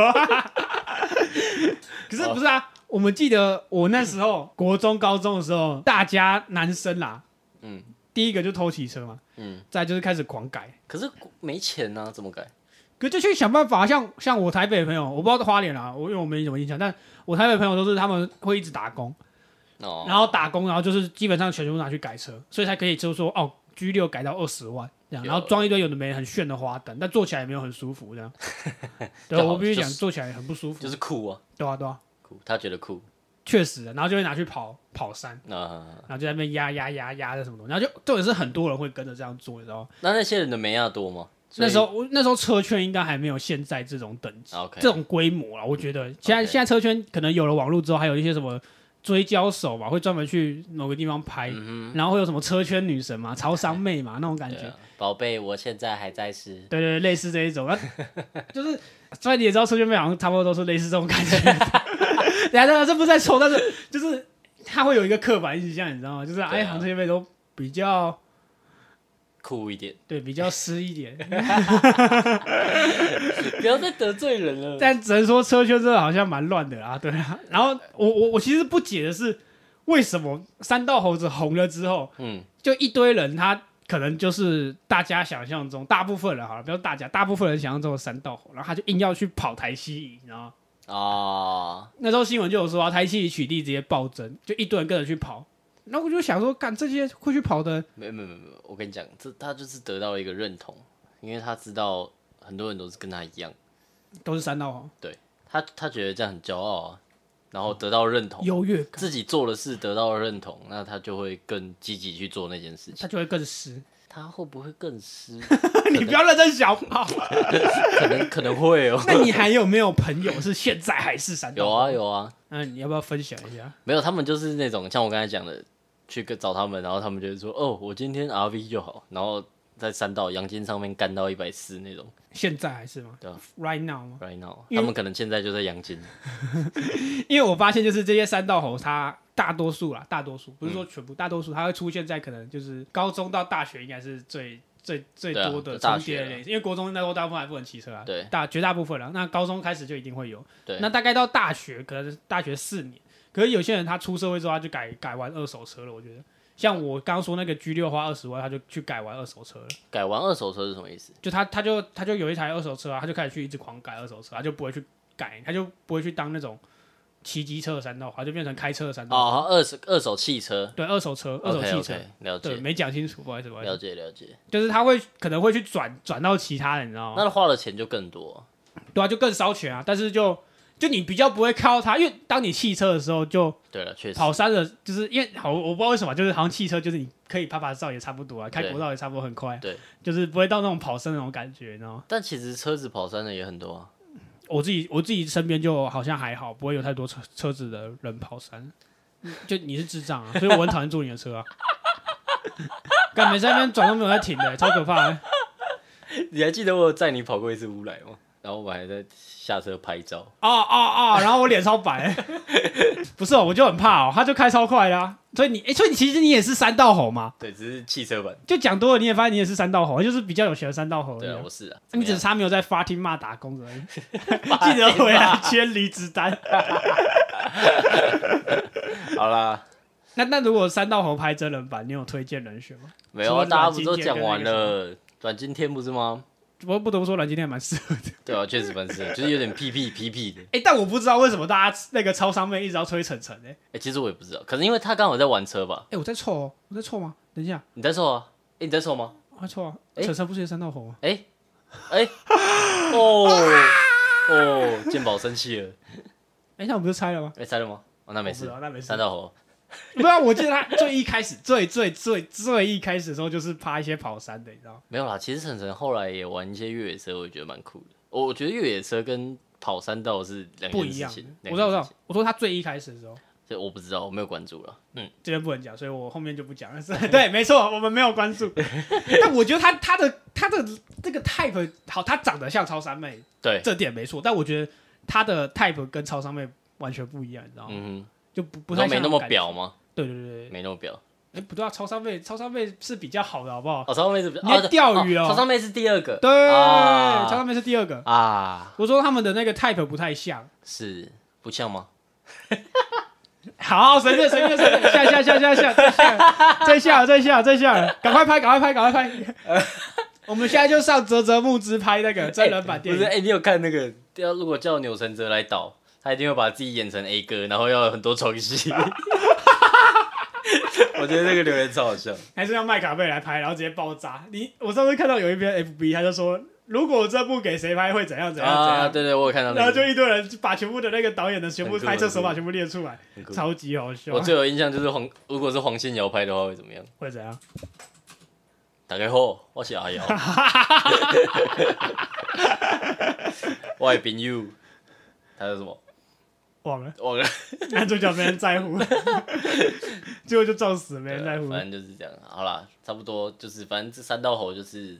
S1: 可是不是啊？我们记得我那时候国中、高中的时候，大家男生啦，
S2: 嗯，
S1: 第一个就偷骑车嘛，
S2: 嗯，
S1: 再来就是开始狂改，
S2: 可是没钱呐，怎么改？
S1: 可就去想办法。像像我台北的朋友，我不知道花莲啦，我因为我没什么印象，但我台北朋友都是他们会一直打工，
S2: 哦，
S1: 然后打工，然后就是基本上全部拿去改车，所以才可以就是说哦，G 六改到二十万这样，
S2: 有
S1: 然后装一堆有的没的很炫的花灯，但坐起来也没有很舒服
S2: *laughs*
S1: 这样。对，
S2: 就好
S1: 我必须
S2: 就
S1: 讲，
S2: 是
S1: 坐起来很不舒服。
S2: 就是酷啊，
S1: 对啊，对啊。
S2: 酷，他觉得酷，
S1: 确实的，然后就会拿去跑跑山，
S2: 啊，
S1: 然后就在那边压压压压的什么东西，然后就重点是很多人会跟着这样做，你知道吗？
S2: 那那些人的梅亚多吗？所以
S1: 那时候我那时候车圈应该还没有现在这种等级、
S2: ，OK，
S1: 这种规模啊，我觉得现在
S2: OK
S1: 现在车圈可能有了网络之后，还有一些什么追焦手嘛，会专门去某个地方拍，
S2: 嗯
S1: 然后会有什么车圈女神嘛、潮商妹嘛那种
S2: 哼，
S1: 感
S2: 对
S1: 觉，
S2: 啊，宝贝，我现在还在吃，
S1: 对对对，类似这一种，啊就是所以你也知道车圈妹好像差不多都是类似这种感觉。 *laughs* 等一下等一下，啊这不是在抽，但是就是他会有一个刻板印象，你知道吗？就是哎，
S2: 对啊
S1: 好像车圈妹都比较
S2: 酷一点， *laughs*
S1: 对比较湿一点，
S2: 不要再得罪人了。
S1: 但只能说车圈真的好像蛮乱的啊，对啊。然后我我我其实不解的是，为什么三道猴子红了之后，
S2: 嗯，
S1: 就一堆人他。可能就是大家想象中，大部分人好了，不要大家，大部分人想象中的三道猴，然后他就硬要去跑台西你知道吗？
S2: 啊，
S1: 那时候新闻就有说、啊，台西取缔直接暴增，就一堆人跟着去跑。然后我就想说，干这些会去跑的，
S2: 没没没没，我跟你讲，这他就是得到一个认同，因为他知道很多人都是跟他一样，
S1: 都是三哦道红，
S2: 他他觉得这样很骄傲啊，然后得到认同，
S1: 优越感，
S2: 自己做的事得到了认同，那他就会更积极去做那件事情。
S1: 他就会更湿。
S2: 他会不会更湿？
S1: *laughs* 你不要认真想跑。
S2: 可能可能会哦。
S1: *laughs* 那你还有没有朋友是现在还是三道？
S2: 有啊有啊，
S1: 嗯，你要不要分享一下？
S2: 没有他们就是那种像我刚才讲的，去跟找他们，然后他们就会说哦，我今天 RV 就好，然后在山道阳金上面干到一百四那种。
S1: 现在还是吗？
S2: 对啊
S1: r i g h t now 吗？
S2: Right now，
S1: 因为
S2: 他们可能现在就在阳金。
S1: 因为我发现就是这些三道猴，它大多数啦，大多数不是说全部，大多数它会出现在可能就是高中到大学，应该是最最最
S2: 对啊
S1: 多的
S2: 就大
S1: 重叠的
S2: 学啊
S1: 类型，因为国中那时候大部分还不能骑车啊，
S2: 对
S1: 大绝大部分了。那高中开始就一定会有，
S2: 对，
S1: 那大概到大学，可能是大学四年，可是有些人他出社会之后，他就改改玩二手车了。我觉得，像我刚刚说那个 G 六花二十万，他就去改玩二手车了。
S2: 改完二手车是什么意思？
S1: 就他他就他就有一台二手车啊，他就开始去一直狂改二手车，他就不会去改，他就不会去当那种骑机车的山道，他就变成开车的山道。
S2: 哦，二手二手汽车，
S1: 对，二手车，二手汽车
S2: o k o k 了
S1: 对，
S2: 解，
S1: 没讲清楚，不好意思，不好意
S2: 了
S1: 思，
S2: 解，了解。
S1: 就是他会可能会去转转到其他的，你知道吗？
S2: 那花的钱就更多，
S1: 对啊，就更烧钱啊，但是就就你比较不会靠他，因为当你汽车的时候就。
S2: 对了，确实，
S1: 跑山的，就是因为好，我不知道为什么，就是好像汽车，就是你可以啪啪照也差不多啊，开
S2: 对
S1: 国道也差不多很快，
S2: 对，
S1: 就是不会到那种跑山那种感觉，你知道吗？
S2: 但其实车子跑山的也很多
S1: *laughs*
S2: 啊。
S1: 我自己我自己身边就好像还好，不会有太多车车子的人跑山，就你是智障啊，所以我很讨厌坐你的车啊。干每次在那边转都没有在停的、超可怕的、
S2: 你还记得我有载你跑过一次乌来吗？然后我们还在下车拍照，
S1: 哦哦哦，然后我脸超白、不是、哦，我就很怕哦，他就开超快啦、所以你，哎、所以你其实你也是三道猴嘛，
S2: 对，只是汽车版。
S1: 就讲多了你也发现你也是三道猴，就是比较有钱的三道猴而已
S2: 对
S1: 啊、
S2: 啊，我是啊，
S1: 你只
S2: *laughs* 怎么样
S1: 差没有在发听骂打工 *laughs* 而已，记得回来签离职单。 *laughs*
S2: 好啦，
S1: 那那如果三道猴拍真人版，你有推荐人选吗？
S2: 没有啊，
S1: 除了
S2: 大家
S1: 阮
S2: 不
S1: 经
S2: 都
S1: 天
S2: 讲
S1: 跟那
S2: 完
S1: 个什
S2: 了？阮经天不是吗？
S1: 不过不得不说，蓝今天还蛮适合的。
S2: 对啊，确实蛮适合，就是有点屁屁屁屁的。
S1: *laughs* 哎、但我不知道为什么大家那个超商妹一直要吹晨晨哎、
S2: 哎、其实我也不知道，可能因为他刚好在玩车吧。
S1: 哎、我在凑哦，我在凑吗？等一下，
S2: 你在抽啊？哎、你在抽吗？
S1: 我在凑啊。晨晨不是也三道红吗？啊
S2: 哎、
S1: *laughs*
S2: 哎、哦哦，鉴宝生气了。
S1: 哎、那我们不是猜了吗？
S2: 哎、猜了吗？哦，那没
S1: 我不
S2: 事
S1: 知道，那没事
S2: 三道猴，
S1: *laughs* 没有，啊我记得他最一开始、最最最最一开始的时候，就是爬一些跑山的，你知道吗？
S2: 没有啦。其实晨晨后来也玩一些越野车，我也觉得蛮酷的。我我觉得越野车跟跑山道是两
S1: 不
S2: 哎件
S1: 一
S2: 事
S1: 样
S2: 情。。
S1: 我
S2: 两
S1: 知道，我知道
S2: 件事情，，
S1: 我说他最一开始的时候，
S2: 这我不知道，我没有关注了。嗯，
S1: 这边不能讲，所以我后面就不讲
S2: *laughs*
S1: 了。是对，没错，我们没有关注。但我觉得他他的他的这个 type 好，他长得像超三妹，
S2: 对，
S1: 这点没错。但我觉得他的 type 跟超三妹完全不一样，你知道吗？
S2: 嗯
S1: 就不
S2: 哼，
S1: 不
S2: 都
S1: 太
S2: 没
S1: 像
S2: 那么
S1: 种感觉。
S2: 表吗？
S1: 对对对对，
S2: 没那么表。
S1: 哎，不对啊，超三妹超三妹是比较好的，好不好？
S2: 哦，超妹是
S1: 你在
S2: 哦
S1: 钓鱼哦
S2: 哦，超妹是第二个。
S1: 对，
S2: 啊
S1: 超三妹是第二个。
S2: 啊，
S1: 我说他们的那个 type 不太像。
S2: 是不像吗？
S1: 好，随便随便随便，下下下下下，再下再下再下，赶快拍赶快拍赶快拍！我们现在就上泽泽木之拍那个真人版
S2: 不
S1: 电
S2: 是，
S1: 影，
S2: 哎、你有看那个？要如果叫钮承泽来导，他一定会把自己演成 A 哥，然后要有很多重
S1: *laughs*
S2: 戏。我觉得那个留言超好笑。
S1: 还是让麦卡贝来拍，然后直接爆炸。你我上次看到有一篇 FB，他就说，如果这部给谁拍会怎样怎样怎
S2: 啊，
S1: 样，
S2: 对对，我有看到、那个。
S1: 然后就一堆人把全部的那个导演的全部
S2: 很酷
S1: 拍摄
S2: 很酷
S1: 手法全部列出来
S2: 很，酷
S1: 超级好笑
S2: 我。最有印象就是黄，如果是黄信尧拍的话会怎么样？
S1: 会怎样？
S2: 大家好，我是阿瑶，
S1: *laughs*
S2: 我的朋友，他叫什么？
S1: 忘了，
S2: 忘了，
S1: 男主角没人在乎，结果就撞死，没人在乎。
S2: 啊反正就是这样。好啦，差不多就是，反正这三道猴就是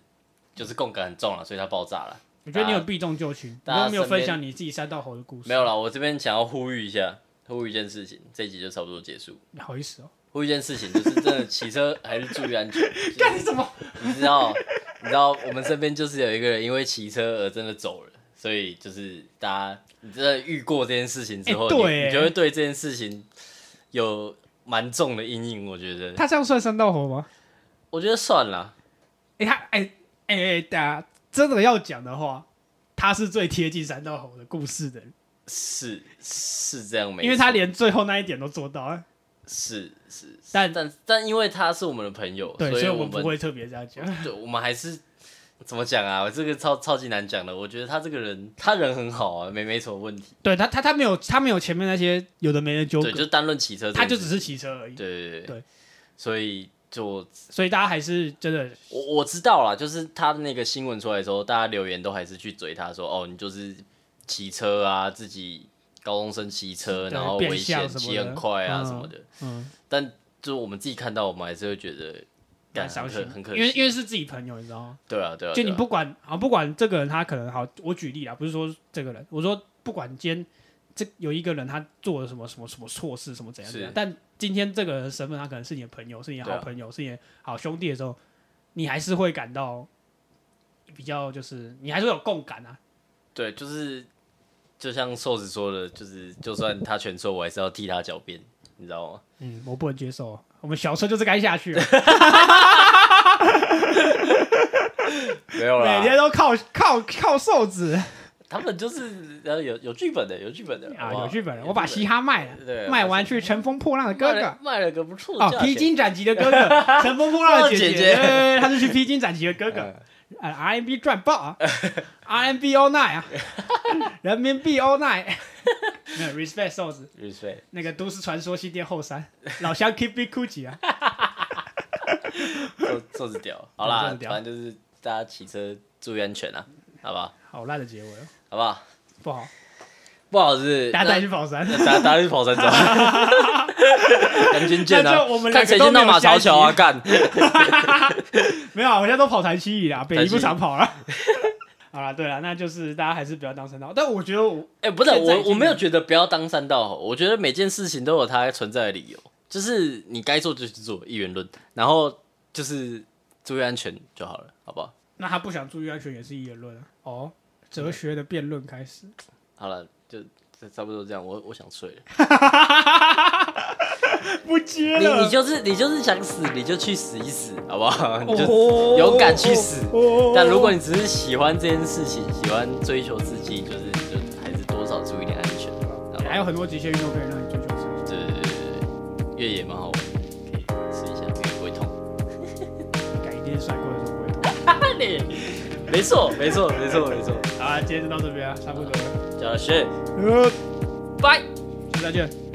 S2: 就是共感很重了，所以它爆炸了。
S1: 我觉得你有避重就轻，你
S2: 大家
S1: 都没有
S2: 身边
S1: 分享你自己三道猴的故事，
S2: 没有啦，我这边想要呼吁一下，呼吁一件事情，这一集就差不多结束。
S1: 你好意思哦？
S2: 呼吁一件事情，就是真的骑车还是注意
S1: *laughs*
S2: 安全。就是
S1: 干你什么？
S2: 你知道，你知道我们身边就是有一个人因为骑车而真的走了，所以就是大家，你真的遇过这件事情之后，
S1: 欸对
S2: 你
S1: 欸
S2: 你就会对这件事情有蛮重的阴影。我觉得，
S1: 他这样算三道猴吗？
S2: 我觉得算了，
S1: 哎、他哎哎哎，大家真的要讲的话，他是最贴近三道猴的故事的人，
S2: 是是这样没错，
S1: 因为他连最后那一点都做到啊。
S2: 是是，
S1: 但
S2: 但但因为他是我们的朋友，
S1: 对，所
S2: 以
S1: 以
S2: 我
S1: 们不会特别这样讲。
S2: 对，我们还是怎么讲啊？这个超超级难讲的。我觉得他这个人，他人很好啊，没没什么问题。
S1: 对他，他他没有他没有前面那些有的没的纠
S2: 对，就
S1: 葛，
S2: 单论骑车这
S1: 他
S2: 件事情，
S1: 就只是骑车而已。
S2: 对对对
S1: 对
S2: 所以就我
S1: 所以大家还是真的
S2: 我知道啦，就是他那个新闻出来的时候，大家留言都还是去追他说，哦，你就是骑车啊，自己高中生骑车，
S1: 对
S2: 然后
S1: 变
S2: 危
S1: 相
S2: 险，
S1: 什么
S2: 骑
S1: 的
S2: 很快啊
S1: 嗯
S2: 什么的。
S1: 嗯
S2: 但就我们自己看到，我们还是会觉得。感
S1: 蛮伤
S2: 很
S1: 心
S2: 可，很可
S1: 因为
S2: 惜，
S1: 因为是自己朋友，你知道吗？
S2: 对啊，对啊，
S1: 就
S2: 对
S1: 你
S2: 啊
S1: 不管啊，不管这个人他可能好，我举例啊，不是说这个人，我说不管今天这有一个人他做了什么什么什么错事，什么怎样怎样
S2: 是，
S1: 但今天这个人的身份他可能是你的朋友，是你的
S2: 对啊
S1: 好朋友，是你的好兄弟的时候，你还是会感到比较就是你还是会有共感啊，
S2: 对，就是就像瘦子说的，就是就算他全错，我还是要替他狡辩，你知道吗？
S1: 嗯，我不能接受啊，我们小车就是该下 *laughs* 去了，啊
S2: 没有
S1: 每
S2: 啦，
S1: 天都靠靠靠瘦子
S2: *laughs* 他们就是呃有有剧本的，有剧本的
S1: 啊，
S2: 好不好
S1: 有剧本人，
S2: 有
S1: 我把嘻哈卖
S2: 对
S1: 了，卖完去乘风破浪的哥
S2: 卖
S1: 哥
S2: 了。卖了个不错的
S1: 哦，
S2: 价
S1: 披
S2: 钱。
S1: 荆斩棘的哥哥，乘风破浪的姐
S2: 哦姐
S1: 对
S2: 姐
S1: 对对他是去披荆斩棘的哥哥
S2: 嗯，
S1: 呃，RMB 赚爆啊，RMB all night 啊，人民币 all night，没有 respect 瘦子，
S2: respect，
S1: 那个都市传说新店后山，老乡 keep it cool 啊，
S2: 瘦哦瘦子屌，好
S1: 瘦
S2: 啦
S1: 子，屌
S2: 反正就是大家骑车注意安全啊，好不好？
S1: 好烂的结尾哦，
S2: 好不好？
S1: 不好，
S2: 不好是
S1: 大家带
S2: 那
S1: 去跑山，
S2: 大大家去跑山庄， *laughs* 杨军见
S1: 那
S2: 啊
S1: 就我们，两个
S2: 看谁
S1: 都
S2: 先到
S1: 没有
S2: 马
S1: 下
S2: 槽桥啊，
S1: 集
S2: 干，
S1: 没有啊，我现在都跑台西里啦，北
S2: 台
S1: 宜
S2: 西
S1: 不常跑了。 *laughs* 好了，对了，那就是大家还是不要当神道，但我觉得我
S2: 哎、不是
S1: 现在已
S2: 我，
S1: 经
S2: 我没有觉得不要当三道猴，我觉得每件事情都有它存在的理由，就是你该做就去做，一元论，然后就是注意安全就好了，好不好？
S1: 那他不想注意安全也是一言论啊，哦，哲学的辩论开始。
S2: 好了，就差不多这样，我我想睡了。
S1: *laughs* 不接
S2: 你
S1: 了，
S2: 你就是你就是想死，你就去死一死，好不好？ *laughs* 你就
S1: 哦
S2: 勇敢去死
S1: 哦哦哦
S2: 但如果你只是喜欢这件事情，喜欢追求自己，就是就还是多少注意点安全吧。然后
S1: 还有很多极限运动可以让你追求自己。
S2: 对对对对对，越野蛮好玩，可以试一下，越野不会痛。
S1: 改一天甩过的时候不会痛。
S2: 没错，没错，没错，没错。
S1: 好啊，今天就到这边啊，差不多了，
S2: 加了学，
S1: 呃，
S2: 拜。
S1: 下次再见。